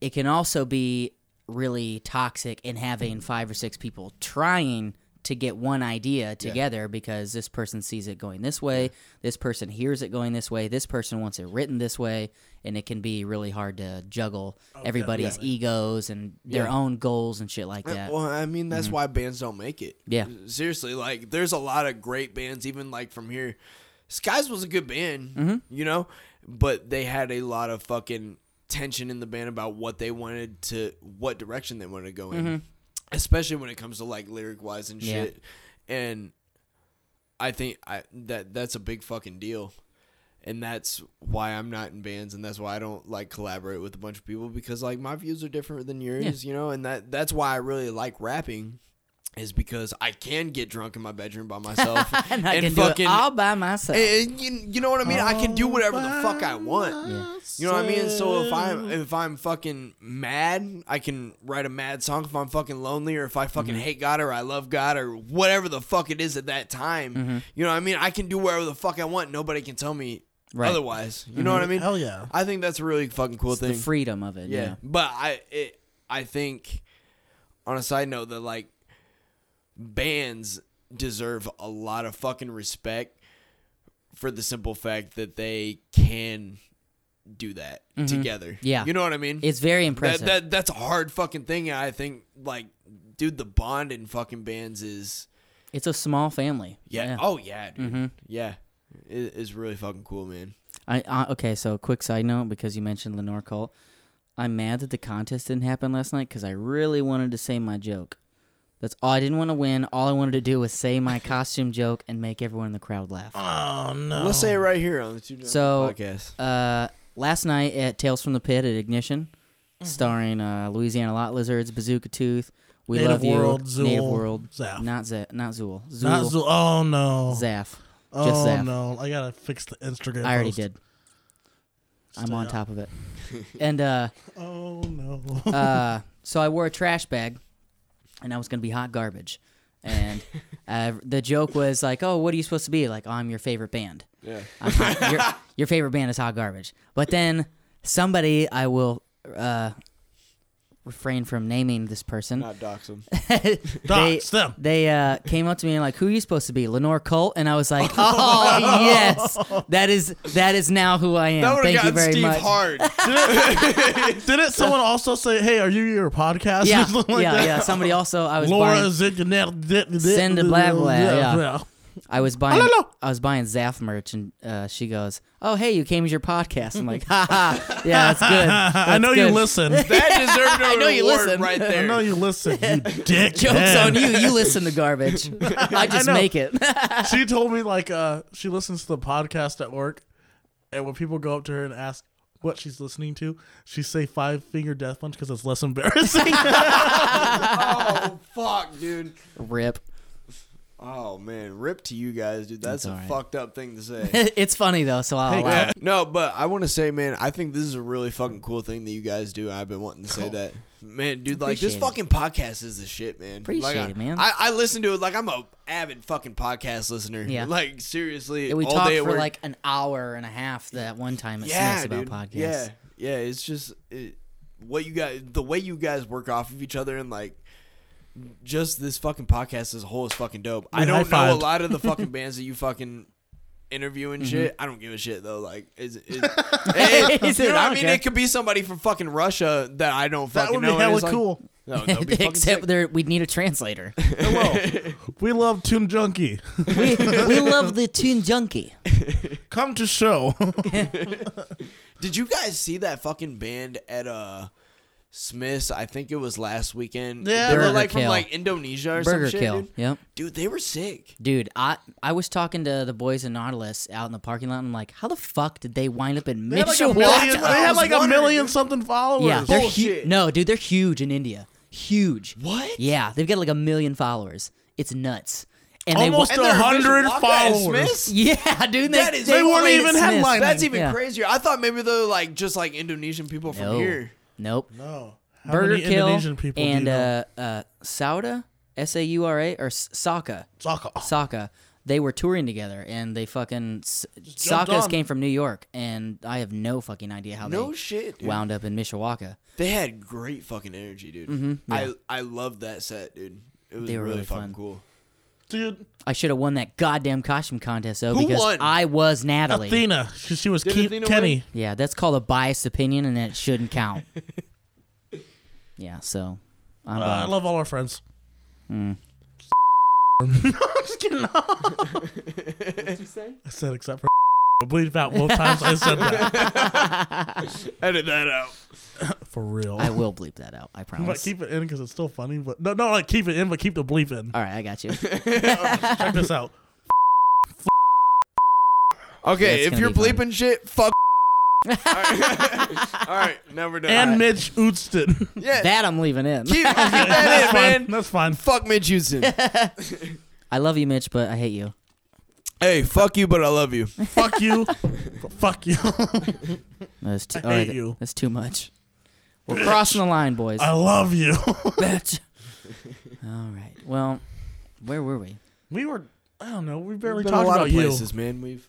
it can also be really toxic in having five or six people trying to get one idea together because this person sees it going this way, this person hears it going this way, this person wants it written this way, and it can be really hard to juggle everybody's egos and their Oh, Yeah. own goals and shit like that. Mm-hmm. Well, I mean that's why bands don't make it. Yeah. seriously, like there's a lot of great bands even like from here. Skies was a good band, Mm-hmm. you know, but they had a lot of fucking tension in the band about what they wanted to, what direction they wanted to go in, especially when it comes to like lyric wise and Mm-hmm. Yeah. shit. And I think I that that's a big fucking deal. And that's why I'm not in bands and that's why I don't like collaborate with a bunch of people because like my views are different than yours, you know, and that that's why I really like rapping is because I can get drunk in my bedroom by myself And I and can fucking do it all by myself. and- and you, you know what I mean? I can do whatever the fuck I want. Yeah. You know what I mean? So if I'm if I'm fucking mad, I can write a mad song. If I'm fucking lonely, or if I fucking hate God, or I love God, or whatever the fuck it is at that time, you know what I mean? I can do whatever the fuck I want. Nobody can tell me Right. otherwise. You know what I mean? Hell yeah. I think that's a really fucking cool It's thing. the freedom of it. yeah. Yeah. but I it I think on a side note that like bands deserve a lot of fucking respect for the simple fact that they can do that together. Mm-hmm. Yeah. You know what I mean? It's very that, impressive. that that's a hard fucking thing. I think like dude the bond in fucking bands is it's a small family. yeah. Oh yeah, dude. Mm-hmm. Yeah. It, it's really fucking cool, man. I, I okay. So quick side note because you mentioned Lenore Colt, I'm mad that the contest didn't happen last night because I really wanted to say my joke. That's all I didn't want to win. All I wanted to do was say my costume joke and make everyone in the crowd laugh. Oh no. Let's say it right here on the two Drunk So- podcast. Uh, last night at Tales from the Pit at Ignition, Mm-hmm. starring uh, Louisiana Lot Lizards, Bazooka Tooth, We Native Love You, World, Native Zool, World, Zaf. not Zaf, not Zool, Zool, Not Zool. Oh no. Zaf. oh just Zaf. no. I gotta fix the Instagram. I already post. did. I'm Stay on up. top of it. and uh, Oh no. uh, so I wore a trash bag, and I was gonna be hot garbage. And uh, the joke was like, "Oh, what are you supposed to be?" Like, "I'm your favorite band. Yeah. I'm hot- your, your favorite band is hot garbage." But then somebody, I will uh, refrain from naming this person. Not dox them. they Dox them. they uh, came up to me and like, "Who are you supposed to be?" Lenore Colt, and I was like, "Oh yes, that is that is now who I am. Thank you very much." Hard. Didn't someone also say, "Hey, are you your podcast?" Yeah, or something like yeah, that? yeah. Somebody also, I was Laura buying- Ziganette. Send a blah, blah, yeah. yeah. I was buying no, no. I was buying Zaf merch and uh, she goes, "Oh hey, you came as your podcast." I'm like, "Ha ha, yeah, that's good." I That's know you good. listen. That deserved know an you award listen. right I there. know you listen. You dick. Jokes on you. You listen to garbage. I just know. make it. she told me like uh she listens to the podcast at work and when people go up to her and ask what she's listening to she say five finger death punch because it's less embarrassing oh fuck, dude. Rip. Oh man, rip to you guys, dude. That's It's a alright. fucked up thing to say. it's funny though, so I'll Hey, allow it. no, but I want to say, man, I think this is a really fucking cool thing that you guys do. I've been wanting to say that, man, dude. Like this Appreciate it. fucking podcast is the shit, man. Appreciate like, I- it, man. I, I listen to it like I'm a avid fucking podcast listener. Yeah. like seriously, We all talked day at for work. like an hour and a half that one time at yeah, Snacks dude. about podcasts. Yeah, yeah. It's just it, what you guys, the way you guys work off of each other, and like just this fucking podcast as a whole is fucking dope. I We don't know a high-fived. Mm-hmm. lot of the fucking bands that you fucking interview and shit. I don't give a shit though. Like, is it? Is it? dude, I Okay. mean, it could be somebody from fucking Russia that I don't that fucking would be know. and hella it's like- cool Oh, No, that'd be fucking Except sick. there, we'd need a translator. hello we love tune junkie we, we love the tune junkie. come to show Did you guys see that fucking band at uh Smith's? I think it was last weekend. Yeah. they were Burger like from Kill. like Indonesia or Burger some shit. Kill. Dude. Yep. dude, they were sick. Dude, I I was talking to the boys in Nautilus out in the parking lot. And I'm like, how the fuck did they wind up in they had like a Mishawaka? million, they I had was like a wondering, million dude. something followers yeah, they're hu- Bullshit. no, dude, they're huge in India. Huge. What? Yeah, they've got like a million followers. It's nuts. And Almost they And they're hundred official Waka at followers. Smith's? yeah, dude, they, That is- they they weren't played at even Smith's. headlining. That's even Yeah. crazier. I thought maybe they're like just like Indonesian people from No. here. Nope. no Oh, how Burger many Kill Indonesian people and do you know? uh, uh, Sauda, S A U R A or S- Saka, Soccer. Saka. They were touring together, and they fucking S- jumped Saka's on. came from New York, and I have no fucking idea how No they shit, dude. wound up in Mishawaka. They had great fucking energy, dude. I I loved that set, dude. It was Mm-hmm, They were really, really fucking fun. cool. dude I should have won that goddamn costume contest though Who because won? I was Natalie. Athena 'cause she was Did Ke- Athena Kenny win? Yeah, that's called a biased opinion, and it shouldn't count. yeah, so I'm Mm. Uh, I uh, love all our friends. I'm just kidding. I said except for. I believe out both times I said that Edit that out. for real. I will bleep that out. I but promise. keep it in because it's still funny. But no, no, like keep it in, but keep the bleep in. All right, I got you. Check this out. Okay, Yeah, it's if you're gonna be bleeping fun. shit, fuck. All right. All right, now we're done. And All right. Mitch Oodston. yeah, that I'm leaving in. keep, keep that That's in, fine. man. That's fine. Fuck Mitch Houston. I love you, Mitch, but I hate you. hey, fuck you, but I love you. Fuck you. Fuck you. That's too, I all right, hate you. Oh. That's too much. We're crossing the line, boys. I love you. Bitch. all right. Well, where were we? we were. I don't know. We barely Been talked a lot about of you. places, man. We've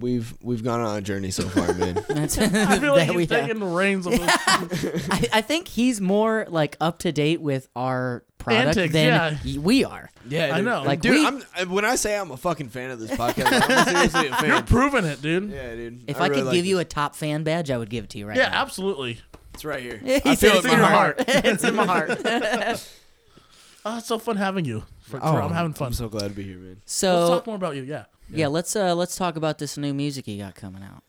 We've we've gone on a journey so far, man. That's I feel like that we he's have. taking the reins of this. I, I think he's more like up to date with our product Antics, than yeah. y- we are. Yeah, I dude. know. Like, dude. we- I'm I- when I say I'm a fucking fan of this podcast, I'm seriously a fan. Proving it, dude. Yeah, Yeah, dude. If I, really could like give you it. a top fan badge, I would give it to you right now. absolutely. it's right here. He I said feel it it's in my your heart. heart. it's in my heart. Oh, it's so fun having you. For, for- I'm having fun. I'm so glad to be here, man. Oh, So Let's talk more about you. Yeah. yeah. let's uh let's talk about this new music you got coming out.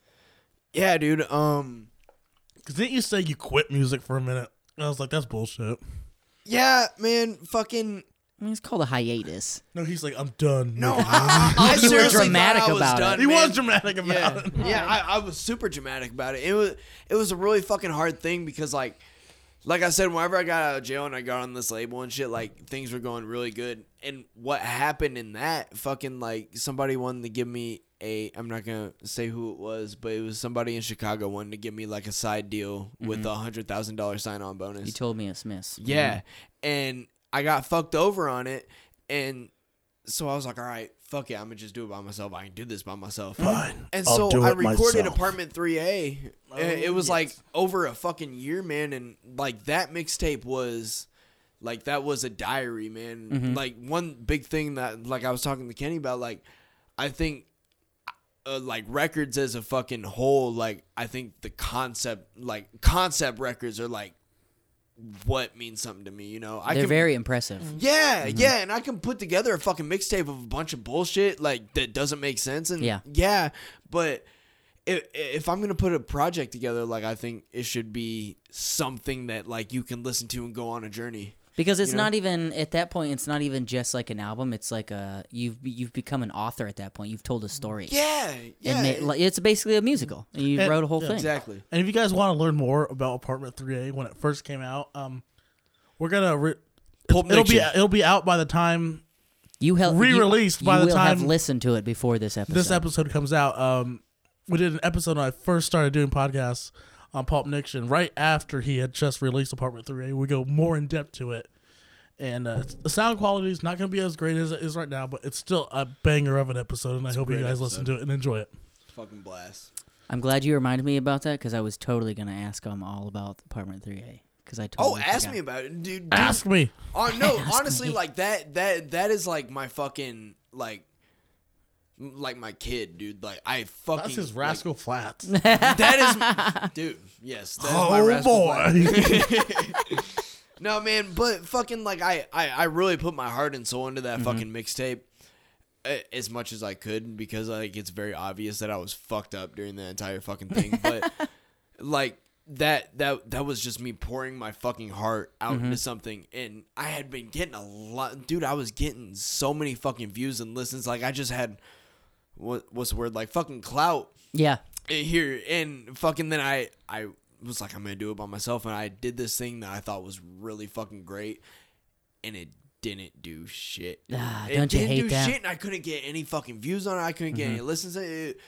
Yeah, dude. Um. Because didn't you say you quit music for a minute? I was like, that's bullshit. Yeah, man. Fucking. I mean, it's called a hiatus. No, he's like, I'm done. No, I, I, I You were seriously thought dramatic I was about it. done, He man. was dramatic about yeah. it. Yeah, I, I was super dramatic about it. It was it was a really fucking hard thing because like like I said, whenever I got out of jail and I got on this label and shit, like things were going really good. And what happened in that fucking like somebody wanted to give me a I'm not gonna say who it was, but it was somebody in Chicago wanted to give me like a side deal with a hundred thousand dollar sign on bonus. You told me it's miss. Yeah. And I got fucked over on it. And so I was like, all right, fuck it. I'm going to just do it by myself. I can do this by myself. Fine. And I'll so do I it recorded myself. Apartment 3A. Uh, it was like over a fucking year, man. And like that mixtape was like that was a diary, man. Like one big thing that like I was talking to Kenny about, like I think uh, like records as a fucking whole, like I think the concept, like concept records are like what means something to me, you know. I They're can, very impressive. yeah, yeah, and I can put together a fucking mixtape of a bunch of bullshit like that doesn't make sense and Yeah. yeah, but if, if I'm gonna put a project together, like I think it should be something that like you can listen to and go on a journey. Because it's You know? not even at that point it's not even just like an album, it's like a you've you've become an author at that point. You've told a story. Yeah, yeah, And ma- like, it's basically a musical. And you And- wrote a whole yeah, thing. exactly. And if you guys want to learn more about Apartment 3A when it first came out, um, we're gonna re- Pulp it'll be Fiction. it'll be out by the time You helped Re-released you, by you the will have time- listened to it before this episode. this episode comes out. Um, we did an episode when I first started doing podcasts on Pulp Nixon right after he had just released Apartment 3A. We go more in depth to it, and uh, the sound quality is not gonna be as great as it is right now, but it's still a banger of an episode, and I hope you great guys listen to it and enjoy it. fucking blast. I'm glad you reminded me about that because I was totally gonna ask him all about Apartment 3A because I Oh, Ah, totally ask forgot. me about it, dude. dude Ask me. Oh no, honestly, like that that that is like my fucking like like my kid, dude. Like I fucking That's his like, Rascal Flats. that is dude. Yes, that's my oh rascal Flatts. boy. No, man, but fucking like I, I, I really put my heart and soul into that fucking mixtape a- as much as I could because like it's very obvious that I was fucked up during the entire fucking thing, but like that that that was just me pouring my fucking heart out into something and I had been getting a lot dude, I was getting so many fucking views and listens like I just had what what's the word like fucking clout Yeah, it eh, here and fucking then I I was like I'm gonna do it by myself and I did this thing that I thought was really fucking great and it didn't do shit. Ah, it don't you didn't hate do that? Mm-hmm. shit and I couldn't get any fucking views on it. I couldn't get any listens. It,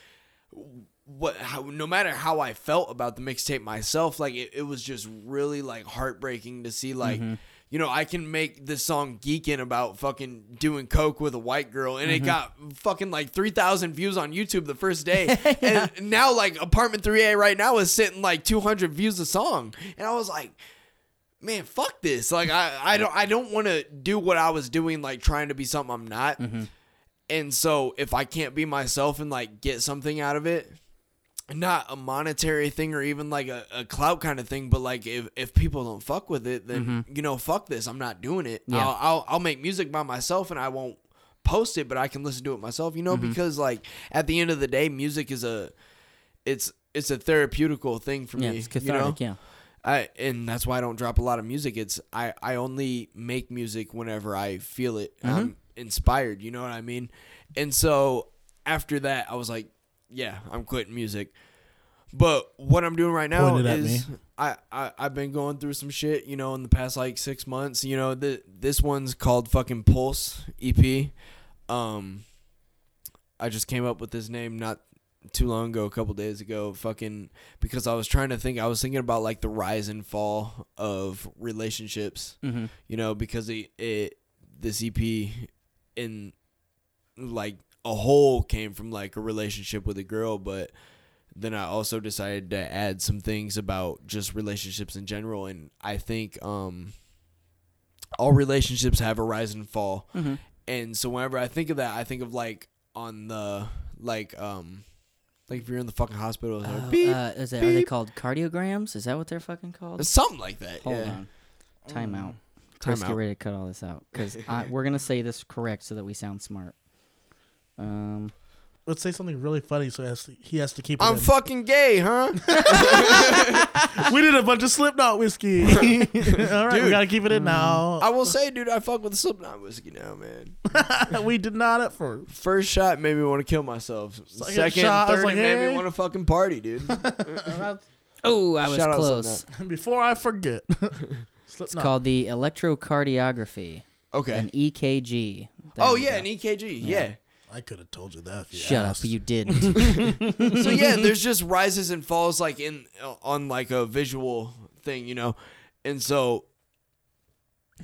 what how, no matter how I felt about the mixtape myself, like it, it was just really like heartbreaking to see like you know, I can make this song geeking about fucking doing coke with a white girl and it got fucking like 3000 views on YouTube the first day. And now like Apartment 3A right now is sitting like 200 views a song. And I was like man, fuck this. Like I, I don't I don't want to do what I was doing, like trying to be something I'm not. Mm-hmm. And so if I can't be myself and like get something out of it, not a monetary thing or even like a, a clout kind of thing, but like if, if people don't fuck with it, then you know, fuck this. I'm not doing it. Mm-hmm. Yeah. I'll, I'll I'll make music by myself and I won't post it, but I can listen to it myself, you know, Mm-hmm. because like at the end of the day, music is a it's it's a therapeutical thing for yeah, me. it's you know? cathartic. Yeah, I and that's why I don't drop a lot of music. It's I I only make music whenever I feel it. Mm-hmm. I'm inspired. You know what I mean? And so after that, I was like, yeah, I'm quitting music. But what I'm doing right now Pointed at is I, I I've been going through some shit. You know, in the past like six months. You know, the this one's called fucking Pulse EP. Um, I just came up with this name not too long ago, a couple days ago, fucking because I was trying to think. I was thinking about like the rise and fall of relationships, Mhm. you know, because it, it this EP in like a whole came from like a relationship with a girl, but then I also decided to add some things about just relationships in general, and I think um, all relationships have a rise and fall, Mm-hmm. and so whenever I think of that, I think of like on the like um like if you're in the fucking hospital, it's like, Oh, beep, uh, is it, are they beep. called cardiograms? Is that what they're fucking called? something like that. Hold yeah. Mm. on. Time out. Time Chris, get out. ready to cut all this out because we're gonna say this correct so that we sound smart. Um, Let's say something really funny so he has to, he has to keep it I'm in. fucking gay, huh? we did a bunch of Slipknot whiskey. All right, we Dude. Mm. gotta keep it in now. I will say, dude, I fuck with Slipknot whiskey now, man. we did not at first. First shot made me want to kill myself. Second, shot, I was third like, made hey. me want to fucking party, dude. oh, I was Shout out close. Slipknot. Before I forget, It's Slipknot. called the electrocardiography, Okay. an E EKG. There oh you yeah, go. an EKG. Yeah. I could have told you that. If you Shut asked. up, you didn't. so yeah, there's just rises and falls like in on like a visual thing, you know. And so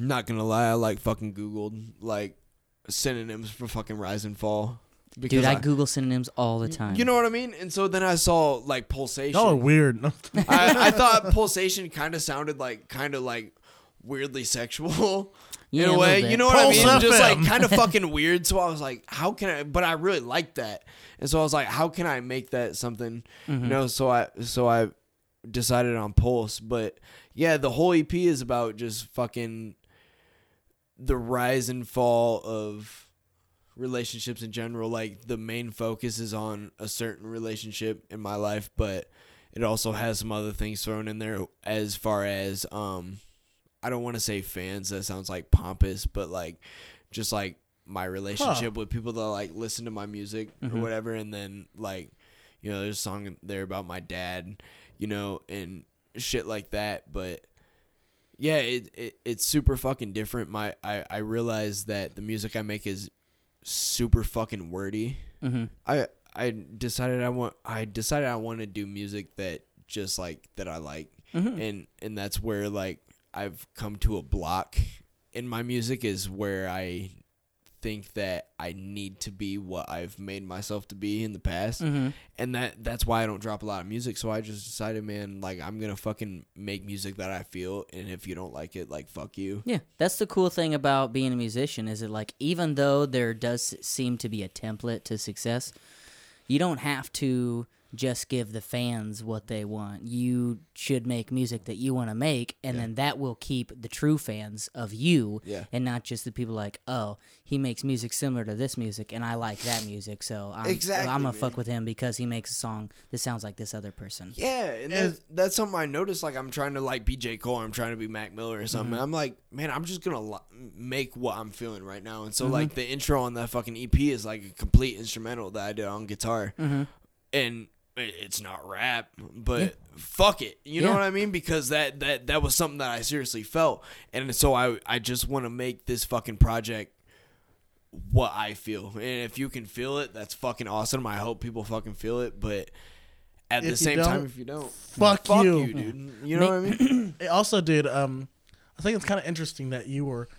not going to lie, I like fucking googled like synonyms for fucking rise and fall Dude, I Google synonyms all the time. you know what I mean? And so then I saw like pulsation. Y'all are weird. No. I, I thought pulsation kind of sounded like kind of like weirdly sexual Yeah, in a a little way. bit. You know what Pulse I mean? Just FM. like kind of fucking weird. So I was like, how can I? But I really liked that, and so I was like, how can I make that something? Mm-hmm. You know, so I so I decided on pulse. But yeah, the whole EP is about just fucking the rise and fall of relationships in general like the main focus is on a certain relationship in my life but it also has some other things thrown in there as far as um i don't want to say fans that sounds like pompous but like just like my relationship with people that like listen to my music or whatever and then like you know there's a song there about my dad you know and shit like that but yeah it, it it's super fucking different my i i realize that the music i make is super fucking wordy hmm I I decided I want I decided I want to do music that just like that I like and and that's where like I've come to a block in my music is where I think that I need to be what I've made myself to be in the past Mm-hmm. and that that's why I don't drop a lot of music so I just decided man like I'm going to fucking make music that I feel and if you don't like it like fuck you Yeah, that's the cool thing about being a musician is that like even though there does seem to be a template to success, you don't have to just give the fans what they want. You should make music that you want to make and then that will keep the true fans of you Yeah. and not just the people like, "Oh, he makes music similar to this music and I like that music, so I'm Exactly, I'm gonna man. fuck with him because he makes a song that sounds like this other person." Yeah, and that's, that's something I noticed. Like I'm trying to like be J Cole, I'm trying to be Mac Miller or something. I'm like, man, I'm just gonna li- make what I'm feeling right now. And so like the intro on that fucking EP is like a complete instrumental that I did on guitar, and i- it's not rap, but fuck it, you know Yeah. what I mean? Because that that that was something that I seriously felt, and so I I just want to make this fucking project what I feel. And if you can feel it, that's fucking awesome. I hope people fucking feel it, but at If you the same don't, time, if you don't, fuck you. dude. You know what I mean? It also, dude, um, I think it's kind of interesting that you were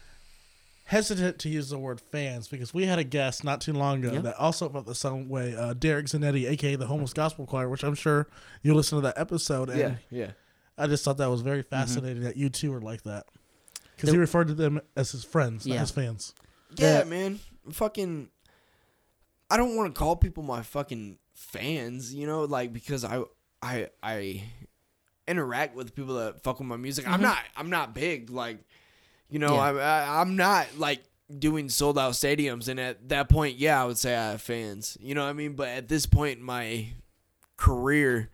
hesitant to use the word fans because we had a guest not too long ago Yeah. that also felt the same way. Uh, Derek Zanetti, aka the Homeless Gospel Choir, which I'm sure you listened to that episode. And Yeah, yeah. I just thought that was very fascinating that you two were like that because Mm-hmm. The- he referred to them as his friends, Yeah. not his fans. Yeah, Yeah. man. Fucking. I don't want to call people my fucking fans, you know, like because I I I interact with people that fuck with my music. I'm not I'm not big like, you know, Yeah. I'm I, I'm not like doing sold out stadiums. And at that point, yeah, I would say I have fans. You know what I mean? But at this point in my career,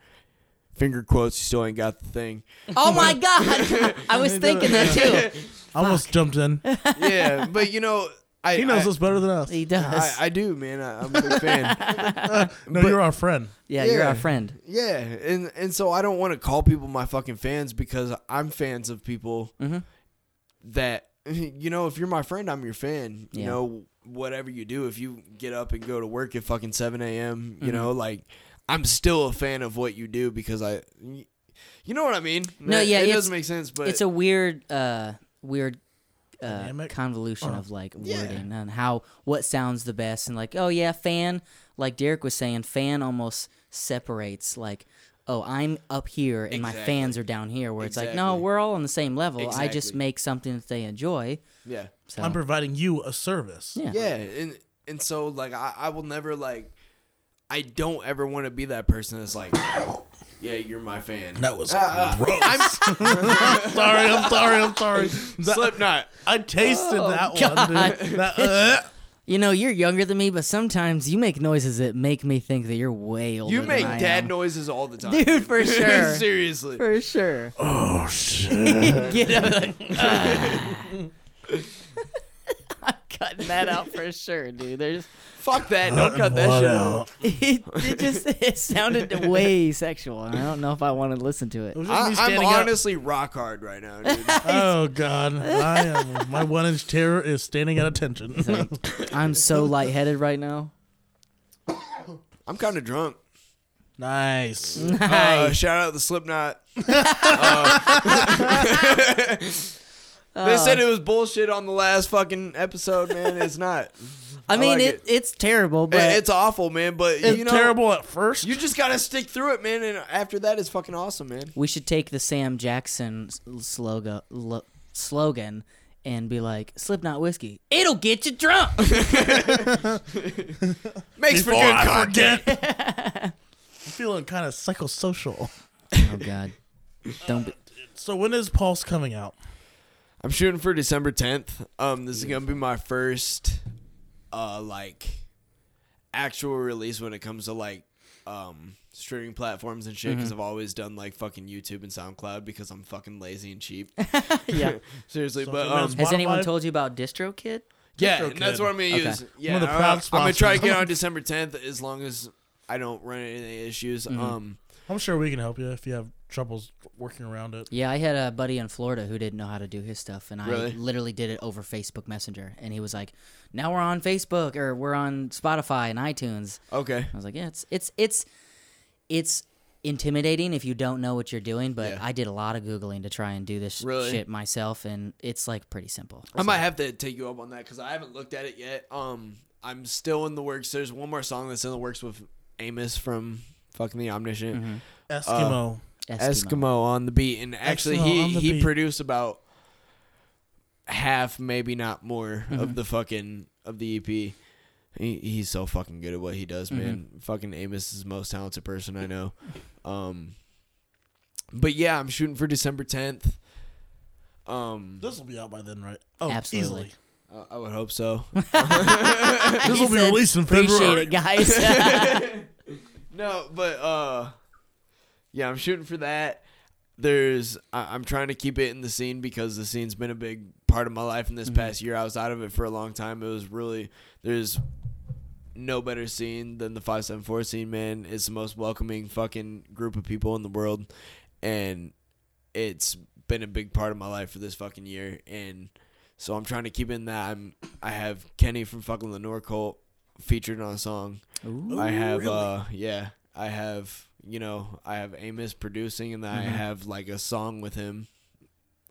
finger quotes, you still ain't got the thing. oh my god. I was thinking that too. I almost jumped in. yeah, but you know, I He knows I, us better than us. He does. I, I do, man. I, I'm a big fan. No, but- you're our friend. yeah, you're yeah. our friend. Yeah, and and so I don't want to call people my fucking fans because I'm fans of people Mm-hmm. that you know. If you're my friend, I'm your fan. You Yeah. know, whatever you do, if you get up and go to work at fucking seven a.m., Mm-hmm. you know, like I'm still a fan of what you do because I, you know what I mean. No, yeah, it it's- doesn't make sense, but it's a weird uh weird uh, Dynamic? convolution Oh. of like Yeah. wording and how what sounds the best and like oh yeah fan like Derek was saying fan almost separates like oh I'm up here and my Exactly. fans are down here where it's like no Exactly. we're all on the same level I just Exactly. make something that they enjoy Yeah. so I'm providing you a service. yeah. Yeah, and and so like I, I will never like I don't ever want to be that person that's like, yeah, you're my fan. That was gross. I'm sorry. I'm sorry. I'm sorry. That- Slipknot. I tasted that one. Dude. That, uh, you know you're younger than me but sometimes you make noises that make me think that you're way older You than make I dad am. noises all the time, Dude, for sure. Seriously. for sure oh shit! Get up. I'm cutting that out for sure, dude. There's Fuck that. Don't cut that What shit out? out. it, it just it sounded way sexual, and I don't know if I want to listen to it. It was just me I, am standing up. honestly rock hard right now, dude. Oh god, I am. My one inch terror is standing at attention. I'm so lightheaded right now. I'm kind of drunk. nice. Uh, Hi. shout out the Slipknot. Uh, they said it was bullshit on the last fucking episode, man. It's not. I mean, like it, it. it's terrible, but it's awful, man. But It's you know, terrible at first. You just gotta stick through it, man. And after that, it's fucking awesome, man. we should take the Sam Jackson slogan slogan and be like Slipknot whiskey. It'll get you drunk. Makes Before for good I content. forget. I'm feeling kind of psychosocial. oh God. Don't be. So when is Pulse coming out? I'm shooting for December 10th. Um, this is gonna be my first, uh, like, actual release when it comes to like, um, streaming platforms and shit. Mm-hmm. Because I've always done like fucking YouTube and SoundCloud because I'm fucking lazy and cheap. Yeah. Seriously, So but if it um, was- Has anyone Spotify? told you about DistroKid? yeah, DistroKid. and that's what I'm gonna Okay. use. Yeah, of the I'm, proud I'm gonna try to sponsors. get on December 10th as long as I don't run into any issues. Mm-hmm. Um, I'm sure we can help you if you have troubles working around it. Yeah, I had a buddy in Florida who didn't know how to do his stuff, and Really? I literally did it over Facebook Messenger. And he was like, "Now we're on Facebook, or we're on Spotify and iTunes." okay. I was like, "Yeah, it's it's it's it's intimidating if you don't know what you're doing." But Yeah. I did a lot of googling to try and do this Really? shit myself, and it's like pretty simple. I might have to take you up on that because I haven't looked at it yet. Um, I'm still in the works. There's one more song that's in the works with Amos from fucking the Omniscient Mm-hmm. Eskimo. Eskimo. on the beat, and actually Eskimo on he the he beat. produced about half, maybe not more, of the fucking of the EP. He, he's so fucking good at what he does, man. Fucking Amos is the most talented person I know. Um, but yeah, I'm shooting for December 10th. Um, this will be out by then, right? Oh, Absolutely. I- I would hope so. easily. This will be said, released in Appreciate February. it, guys. No, but uh, yeah, I'm shooting for that. There's, I, I'm trying to keep it in the scene because the scene's been a big part of my life in this past year. I was out of it for a long time. It was really there's no better scene than the five seven four scene. Man, it's the most welcoming fucking group of people in the world, and it's been a big part of my life for this fucking year. And so I'm trying to keep in that. I'm I have Kenny from fucking Lenore Colt featured on a song. Ooh, I have uh yeah, I have you know, I have Amos producing and then I have like a song with him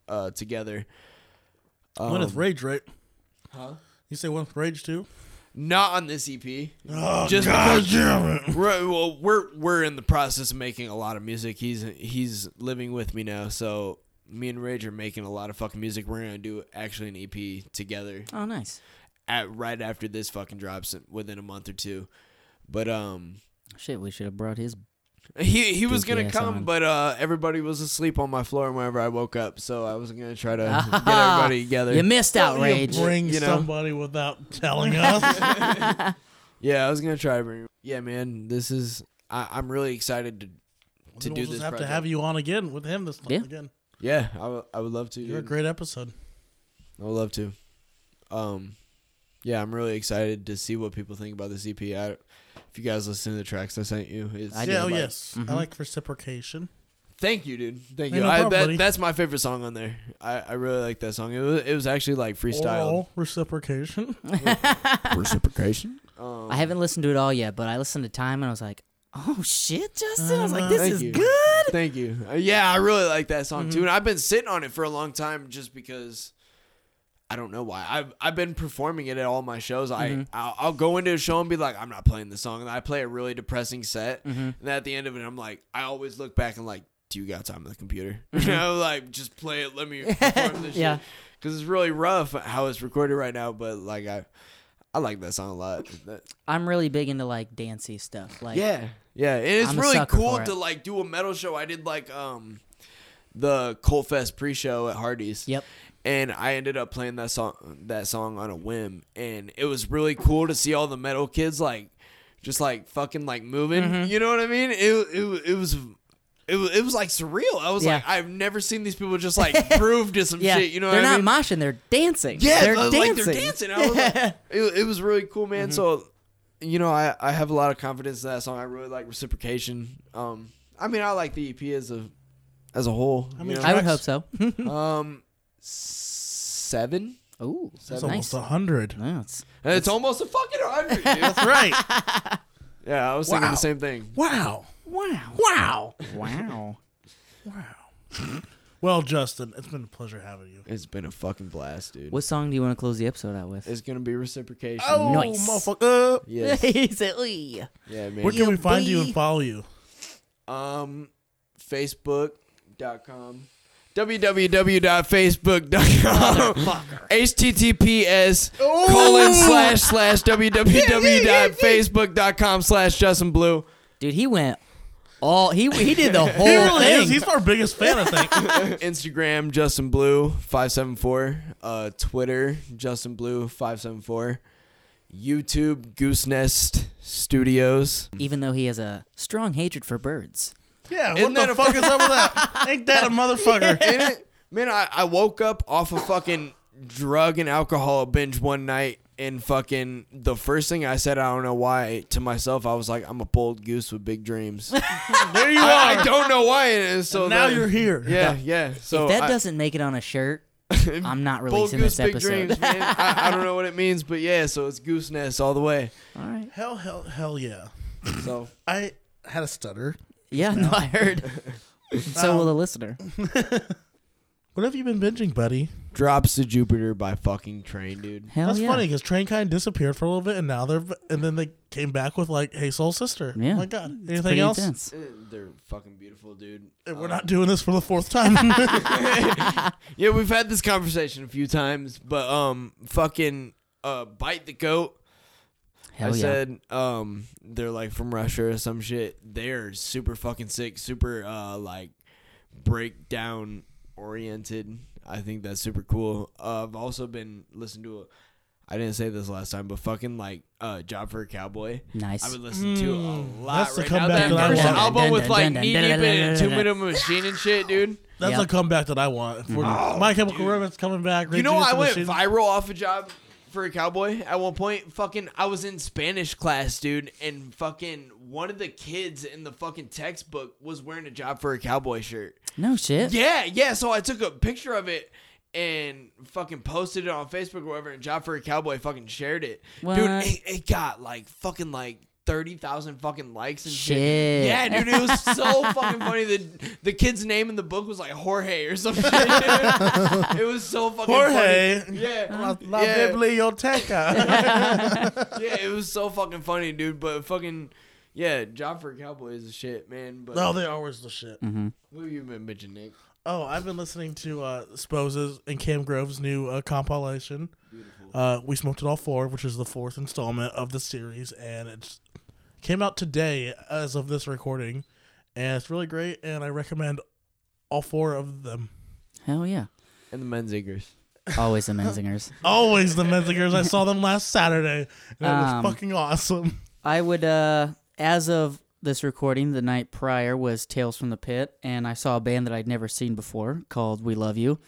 uh together. One Um, with Rage, right? Huh? You say one with Rage too? Not on this EP. Oh, Just damn it! We're, well, we're we're in the process of making a lot of music. He's he's living with me now, so me and Rage are making a lot of fucking music. We're gonna do actually an EP together. oh, nice. at right after this fucking drops within a month or two. But um Shit, we should have brought his. he he was gonna Goofy ass come, on. but uh everybody was asleep on my floor whenever I woke up, so I was gonna try to get Ah, everybody together. You missed out, Rage. You bring you know? somebody without telling us. yeah, I was gonna try to bring Yeah, man, this is I, I'm really excited to to we'll do just this have project. to have you on again with him this time Yeah. again. Yeah, I would- I would love to. You're a dude. great episode. I would love to. Um yeah, I'm really excited to see what people think about this EP. I, if you guys listen to the tracks I sent you, it's I Mm-hmm. yeah, oh like- yes. I like reciprocation. Thank you, dude. Thank Hey, you. no I, problem, buddy. that, that's my favorite song on there. I, I really like that song. It was, it was actually like freestyle. Oh, Oral reciprocation. Reciprocation? Um, I haven't listened to it all yet, but I listened to Time and I was like, oh shit, Justin. I was like, this Uh-huh. thank is you. good. Mm-hmm. Thank you. Uh, yeah, I really like that song too. And I've been sitting on it for a long time just because I don't know why. I've I've been performing it at all my shows. I Mm-hmm. I'll, I'll go into a show and be like, I'm not playing the song, and I play a really depressing set. Mm-hmm. And at the end of it, I'm like, I always look back and like, do you got time on the computer? You know, like just play it. Let me perform this Mm-hmm. Yeah. shit because it's really rough how it's recorded right now. But like I, I like that song a lot. That- I'm really big into like dancey stuff. Like yeah, yeah. And it's I'm a really sucker cool for it. to like do a metal show. I did like um, the Coldfest pre-show at Hardy's. Yep. and I ended up playing that song that song on a whim, and it was really cool to see all the metal kids like just like fucking like moving. Mm-hmm. You know what I mean? It it it was. It was, it was like surreal. I was Yeah. like, I've never seen these people just like groove to some Yeah. shit. You know, they're what I not mean? moshing. They're dancing. Yeah, They're like, dancing. like, they're dancing. I was like, it, it was really cool, man. So, you know, I, I have a lot of confidence in that song. I really like reciprocation. Um, I mean, I like the EP as a as a whole. you many know? I would hope Tracks. so. um, seven. Ooh, It's nice. almost a hundred. No, it's- And It's almost a fucking hundred. dude. That's right. yeah, I was thinking Wow. the same thing. Wow. wow, Wow. wow. Wow. Well, Justin, it's been a pleasure having you. It's been a fucking blast, dude. What song do you want to close the episode out with? It's gonna be reciprocation. Oh. Nice. motherfucker. Yes. He said, "Ooh." yeah, man. Where can we Yeah, find you boy. and follow you? Um, Facebook.com. www.facebook.com https colon slash slash www.facebook.com slash justin blue dude, he went all he he did the whole He really thing. is. He's our biggest fan, I think. instagram justin blue 574 uh twitter justin blue 574 youtube goose nest studios Even though he has a strong hatred for birds. yeah. What Isn't that the a fuck is up with that? Ain't that a motherfucker? Ain't it? Man, I, I woke up off a fucking drug and alcohol binge one night and fucking the first thing I said, I don't know why, to myself, I was like, I'm a bold goose with big dreams. I, There you I are. don't know why. And so now then- you're here. Yeah, yeah. So if that Oh, I- doesn't make it on a shirt, I'm not bold releasing goose, this big episode. dreams, man. I, I don't know what it means, but yeah, so it's goose nest all the way. All right. Hell, hell, hell yeah. So I had a stutter. Yeah, no, I heard. so will the listener. What have you been binging, buddy? drops to Jupiter by fucking train, dude. Hell That's yeah. funny because Train Kind disappeared for a little bit, and now they're and then they came back with like Hey Soul Sister. Yeah. Oh my God. It's Anything pretty else? intense. Eh, They're fucking beautiful, dude. And We're Um, not doing this for the fourth time. Yeah, we've had this conversation a few times, but um, fucking uh, bite the goat. Hell I yeah. said um, they're like from Russia or some shit. They're super fucking sick, super uh, like breakdown oriented. I think that's super cool. Uh, I've also been listening to a. I didn't say this last time, but fucking like uh, job for a cowboy. nice. I've been listening to a lot Mm. that's the right now. That comeback that I first want. album with like Dun, dun, knee deep dun, dun, dun, and dun, two dun. minute machine and shit, dude. That's Yeah. a comeback that I want. We're- My Chemical Romance coming back. Mm-hmm. Oh, You Rage know, Against I the went Machine. viral off a job for a cowboy at one point. Fucking, I was in Spanish class, dude, and fucking one of the kids in the fucking textbook was wearing a job for a cowboy shirt. no shit. Yeah, yeah. So I took a picture of it and fucking posted it on Facebook or whatever, and job for a cowboy fucking shared it. Dude, What? it, it got like fucking like. 30,000 fucking likes and shit. Shit. Yeah, dude, it was so fucking funny. The the kid's name in the book was like Jorge or something. it was so fucking Jorge. funny. Yeah. La, la Yeah. biblioteca. Yeah, it was so fucking funny, dude. But fucking, yeah, job for a cowboy is the shit, man. But no, they always the shit. Mm-hmm. what have you been bitching, Nick? Oh, I've been listening to uh, Sposes and Cam Grove's new uh, compilation. Uh, we smoked it all four, which is the fourth installment of the series, and it's came out today as of this recording, and it's really great. And I recommend all four of them. Hell yeah. And the Menzingers. Always the Menzingers. Always the Menzingers. I saw them last Saturday, and Um, it was fucking awesome. I would, uh, as of this recording, the night prior was Tales from the Pit, and I saw a band that I'd never seen before called We Love You,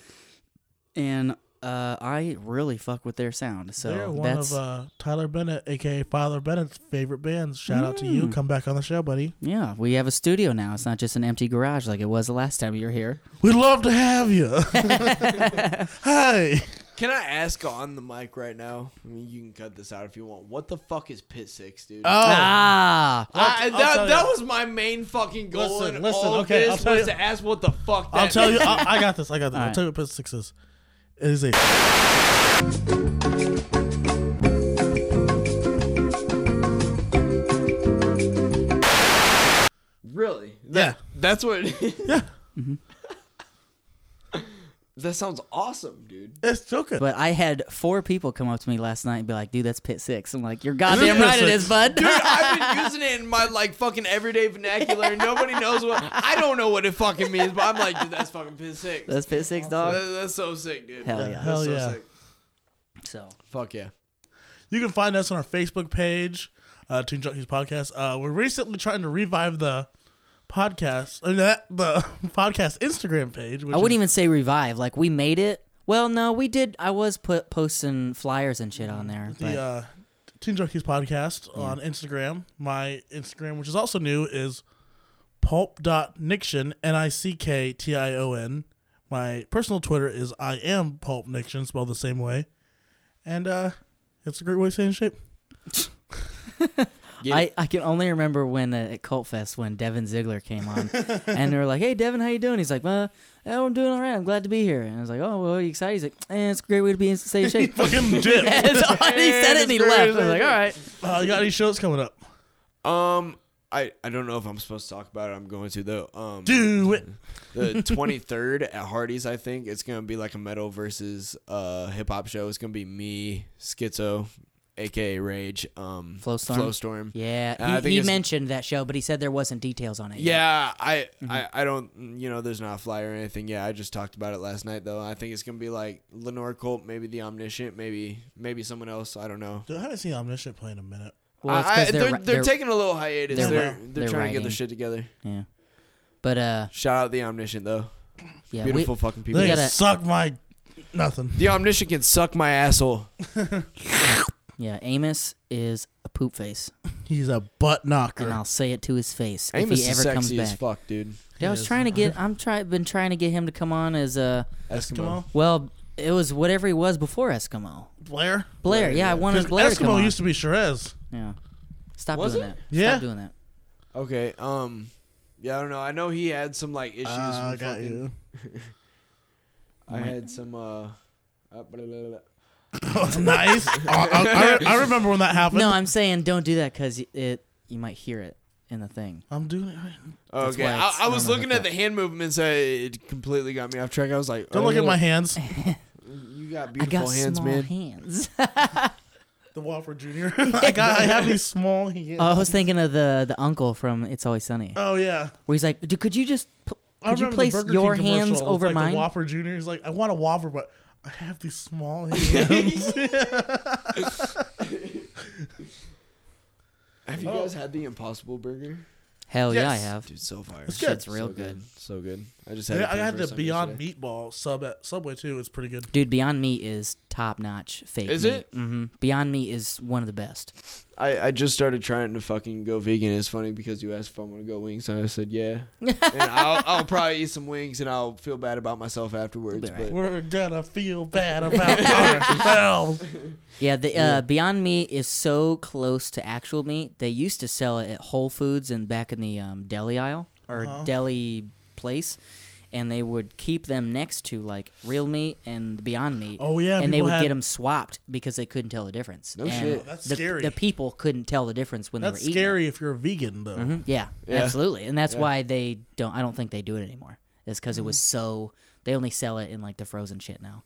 and uh, I really fuck with their sound. They're So one that's of uh, Tyler Bennett, aka Father Bennett's favorite bands. Shout out to Mm. you. Come back on the show, buddy. yeah. We have a studio now. It's not just an empty garage like it was the last time you were here. We'd love to have you. Hi. Can I ask on the mic right now? I mean, you can cut this out if you want. What the fuck is Pit Six, dude? I- Ah, Oh, I'll that, tell that you. was my main fucking goal Listen, in listen, all okay, of I'll this tell was you- to ask what the fuck that I'll tell you. I, I got this. I got this. I'll Alright. tell you what Pit Six is. It is a. Really? Yeah. That's what. It is. Mm-hmm. Yeah. that sounds awesome, dude. It's so good. But I had four people come up to me last night and be like, "Dude, that's pit six. I'm like, "You're It goddamn is right, pit it is, six. bud." Dude, I've been using it in my like fucking everyday vernacular. and Nobody knows what. I don't know what it fucking means, but I'm like, dude, that's fucking piss sick. that's pit six, That- dog. that's so sick, dude. Hell yeah. That's Hell yeah. So Fuck yeah. You can find us on our Facebook page, uh, Toon Junkies Podcast. Uh, we're recently trying to revive the podcast, uh, that, the podcast Instagram page. Which I wouldn't even say revive. Like we made it. Well, no, we did. I was put posting flyers and shit on there. is But the uh, Toon Junkies Podcast on Instagram. My Instagram, which is also new, is pulp.niction, N I C K T I O N. My personal Twitter is I am Pulp Niction, spelled the same way. And uh, it's a great way to stay in shape. Get I, I can only remember when uh, at Cult Fest when Devin Ziegler came on, and they were like, "Hey Devin, how you doing?" He's like, "Well, oh, I'm doing all right. I'm glad to be here." And I was like, "Oh, well, are you excited?" He's like, eh, "It's a great way to be in safe shape." Fucking dip. And so he said it and he left. I was like, "All right." Uh, you got any shows coming up? Um, I I don't know if I'm supposed to talk about it. I'm going to though. Um, Do it. the 23rd at Hardy's, I think it's gonna be like a metal versus uh hip hop show. It's gonna be me, Schizo, aka Rage, um, Flowstorm? Flowstorm. Uh, I Yeah, think he, he it's- mentioned that show, but he said there wasn't details on it. yet. Yeah, I, Mm-hmm. I, I don't, you know, there's not a flyer or anything. Yeah, I just talked about it last night though. I think it's gonna be like Lenore Colt, maybe the Omniscient, maybe, maybe someone else. I don't know. Dude, I haven't seen Omniscient play in a minute. Well, it's I, I, 'cause they're, they're, ri- they're- taking a little hiatus. They're they're- they're, they're trying to get writing. their shit together. Yeah, but uh, Shout out the Omniscient though. yeah, we- Beautiful fucking people. They gotta- suck my nothing. The Omniscient can suck my asshole. yeah. Amos is a poop face, He's a butt and knocker. I'll say it to his face Amos if he is ever sexy comes as back. fuck, dude. Yeah, I was is. trying to get. I'm try. Been trying to get him to come on as uh, Eskimo. Eskimo? well. It was whatever he was before Eskimo. Blair? Blair, yeah, I wanted Blair to come Eskimo on. used to be Sherez. yeah. Stop Was it? doing that. Yeah. Stop doing that. Okay. Um. Yeah, I don't know. I know he had some like issues. Ah, with fucking- I had some. Uh. uh, blah, blah, blah. nice. I, I- I- I remember when that happened. No, I'm saying don't do that because it you might hear it in the thing. I'm doing it right now. Okay, why I, it's I was normally looking hooked at the hand movements. Uh, it completely got me off track. I was like, Oh, oh, Don't look at my hands. You got I beautiful got hands, small man. hands. The Whopper Jr. I, got, I have these small hands. Oh, I was thinking of the the uncle from It's Always Sunny, oh, yeah. where he's like, "Dude, "Could you just p- I could you remember the place Burger King your commercial. hands It's over like mine?" The Whopper Jr. He's like, I want a Whopper, but I have these small hands. Have Oh. you guys had the Impossible Burger? Hell yeah, I Yes. have. Dude, so fire. It's good. It's real so good. So good. I just had. Yeah, it I for the had the first time Beyond yesterday. Meatball sub at Subway, too. It's pretty good. Dude, Beyond Meat is top notch. Fake. Is meat. it? Mm-hmm. Beyond Meat is one of the best. I, I just started trying to fucking go vegan. It's funny because you asked if I want to go wings, and I said yeah. and I'll, I'll probably eat some wings, and I'll feel bad about myself afterwards. You'll be But We're gonna feel bad about ourselves. Yeah, the Uh, Beyond Meat is so close to actual meat. They used to sell it at Whole Foods and back in the um, deli aisle or Uh-huh. deli place, and they would keep them next to like real meat and Beyond Meat. Oh, yeah, and they people would had- Oh, get 'em get them swapped because they couldn't tell the difference. No And shit. That's the, scary. The people couldn't tell the difference when That's they were eating. Mm-hmm. scary if you're a vegan, though. it. Yeah, Yeah. absolutely, and that's why they don't. I don't think they do it anymore. It's because it was Mm-hmm. so. They only sell it in like the frozen shit now.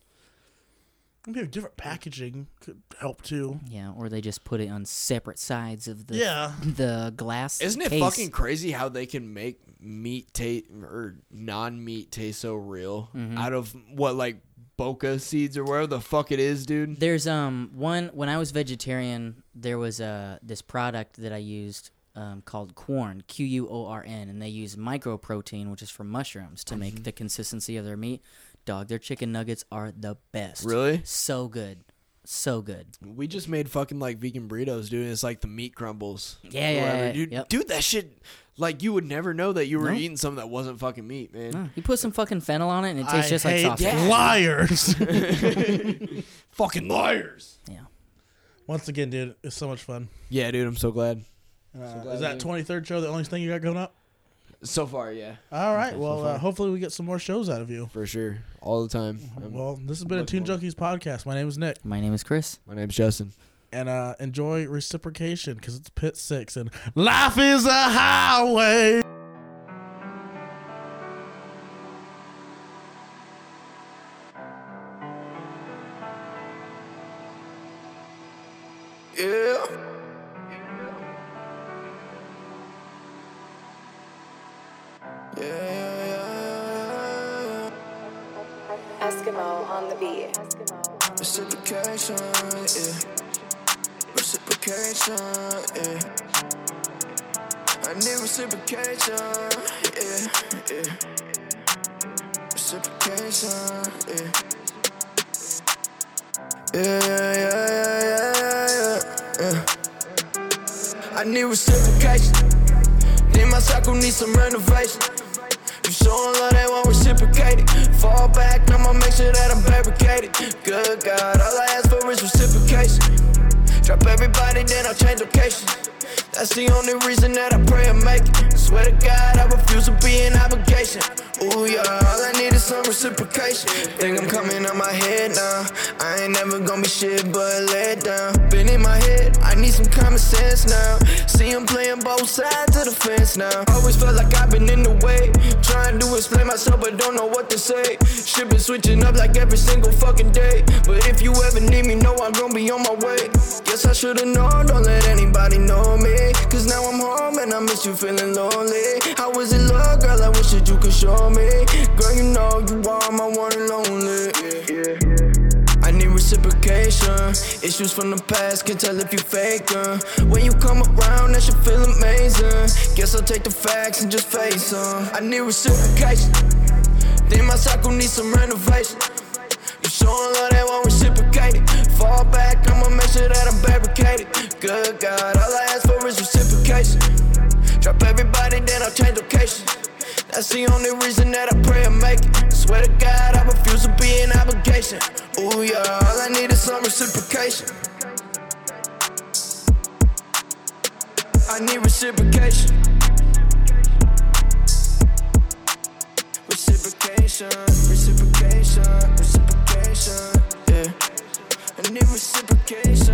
Maybe different packaging could help too. Yeah, or they just put it on separate sides of the Yeah. the glass. isn't it case. fucking crazy how they can make meat taste or non-meat taste so real Mm-hmm. out of what like boca seeds or wherever the fuck it is, dude? There's um one when I was vegetarian, there was uh this product that I used um, called Quorn, Q U O R N, and they use microprotein, which is from mushrooms, to make the consistency of their meat. Dog, their chicken nuggets are the best. Really? So good, so good. We just made fucking like vegan burritos, dude. and It's like the meat crumbles. Yeah, yeah, Whatever, yeah, dude. yep. Dude, that shit. Like you would never know that you were No. eating something that wasn't fucking meat, man. You put some fucking fennel on it, and it I tastes just like hate sausage. Yeah. liars. Fucking liars. yeah. Once again, dude, it's so much fun. Yeah, dude. I'm so glad. Uh, glad is we- that 23rd show the only thing you got going up? So far, yeah, All right. Okay, so Well, uh, far. hopefully we get some more shows out of you. for sure, all the time. Um, Mm-hmm. Well, this has been a looking Toon Junkies podcast. My name is Nick, My name is Chris. my name's Justin. and uh, enjoy reciprocation because it's Pit Six, and life is a highway. Yeah. Yeah, yeah, yeah, yeah. Eskimo on the beat. Reciprocation, yeah. Reciprocation, yeah. I need reciprocation, yeah, yeah. Reciprocation, yeah. Yeah, yeah, yeah, yeah, yeah, yeah, yeah. I need reciprocation. Need my cycle, need some renovation. You showing love, they won't reciprocate it. Fall back, I'ma make sure that I'm barricaded. Good God, all I ask for is reciprocation. Drop everybody, then I'll change location. That's the only reason that I pray I make it. Swear to God, I refuse to be an obligation. Ooh, yeah, all I need is some reciprocation. Think I'm coming on my head now. I ain't never gonna be shit but let down. Been in my head, I need some common sense now. See, I'm playing both sides of the fence now. Always felt like I've been in the way. Trying to explain myself, but don't know what to say. Shit been switching up like every single fucking day. But if you ever need me, know I'm gonna be on my way. Guess I should've known, don't let anybody know me. Cause now I'm home and I miss you feeling lonely. How is it love, girl? I wish that you could show me. Girl, you know you are my one and only. Yeah, yeah. I need reciprocation. Issues from the past can tell if you fake them. When you come around, that should feel amazing. Guess I'll take the facts and just face them. I need reciprocation. Think my cycle needs some renovation. You showing love, they won't reciprocate it. Fall back, I'ma make sure that I'm barricaded. Good God, all I ask for is reciprocation. Drop everybody, then I'll change location. That's the only reason that I pray I make it. Swear to God, I refuse to be an obligation. Ooh, yeah, all I need is some reciprocation. I need reciprocation. Reciprocation, reciprocation, reciprocation, yeah. I need reciprocation.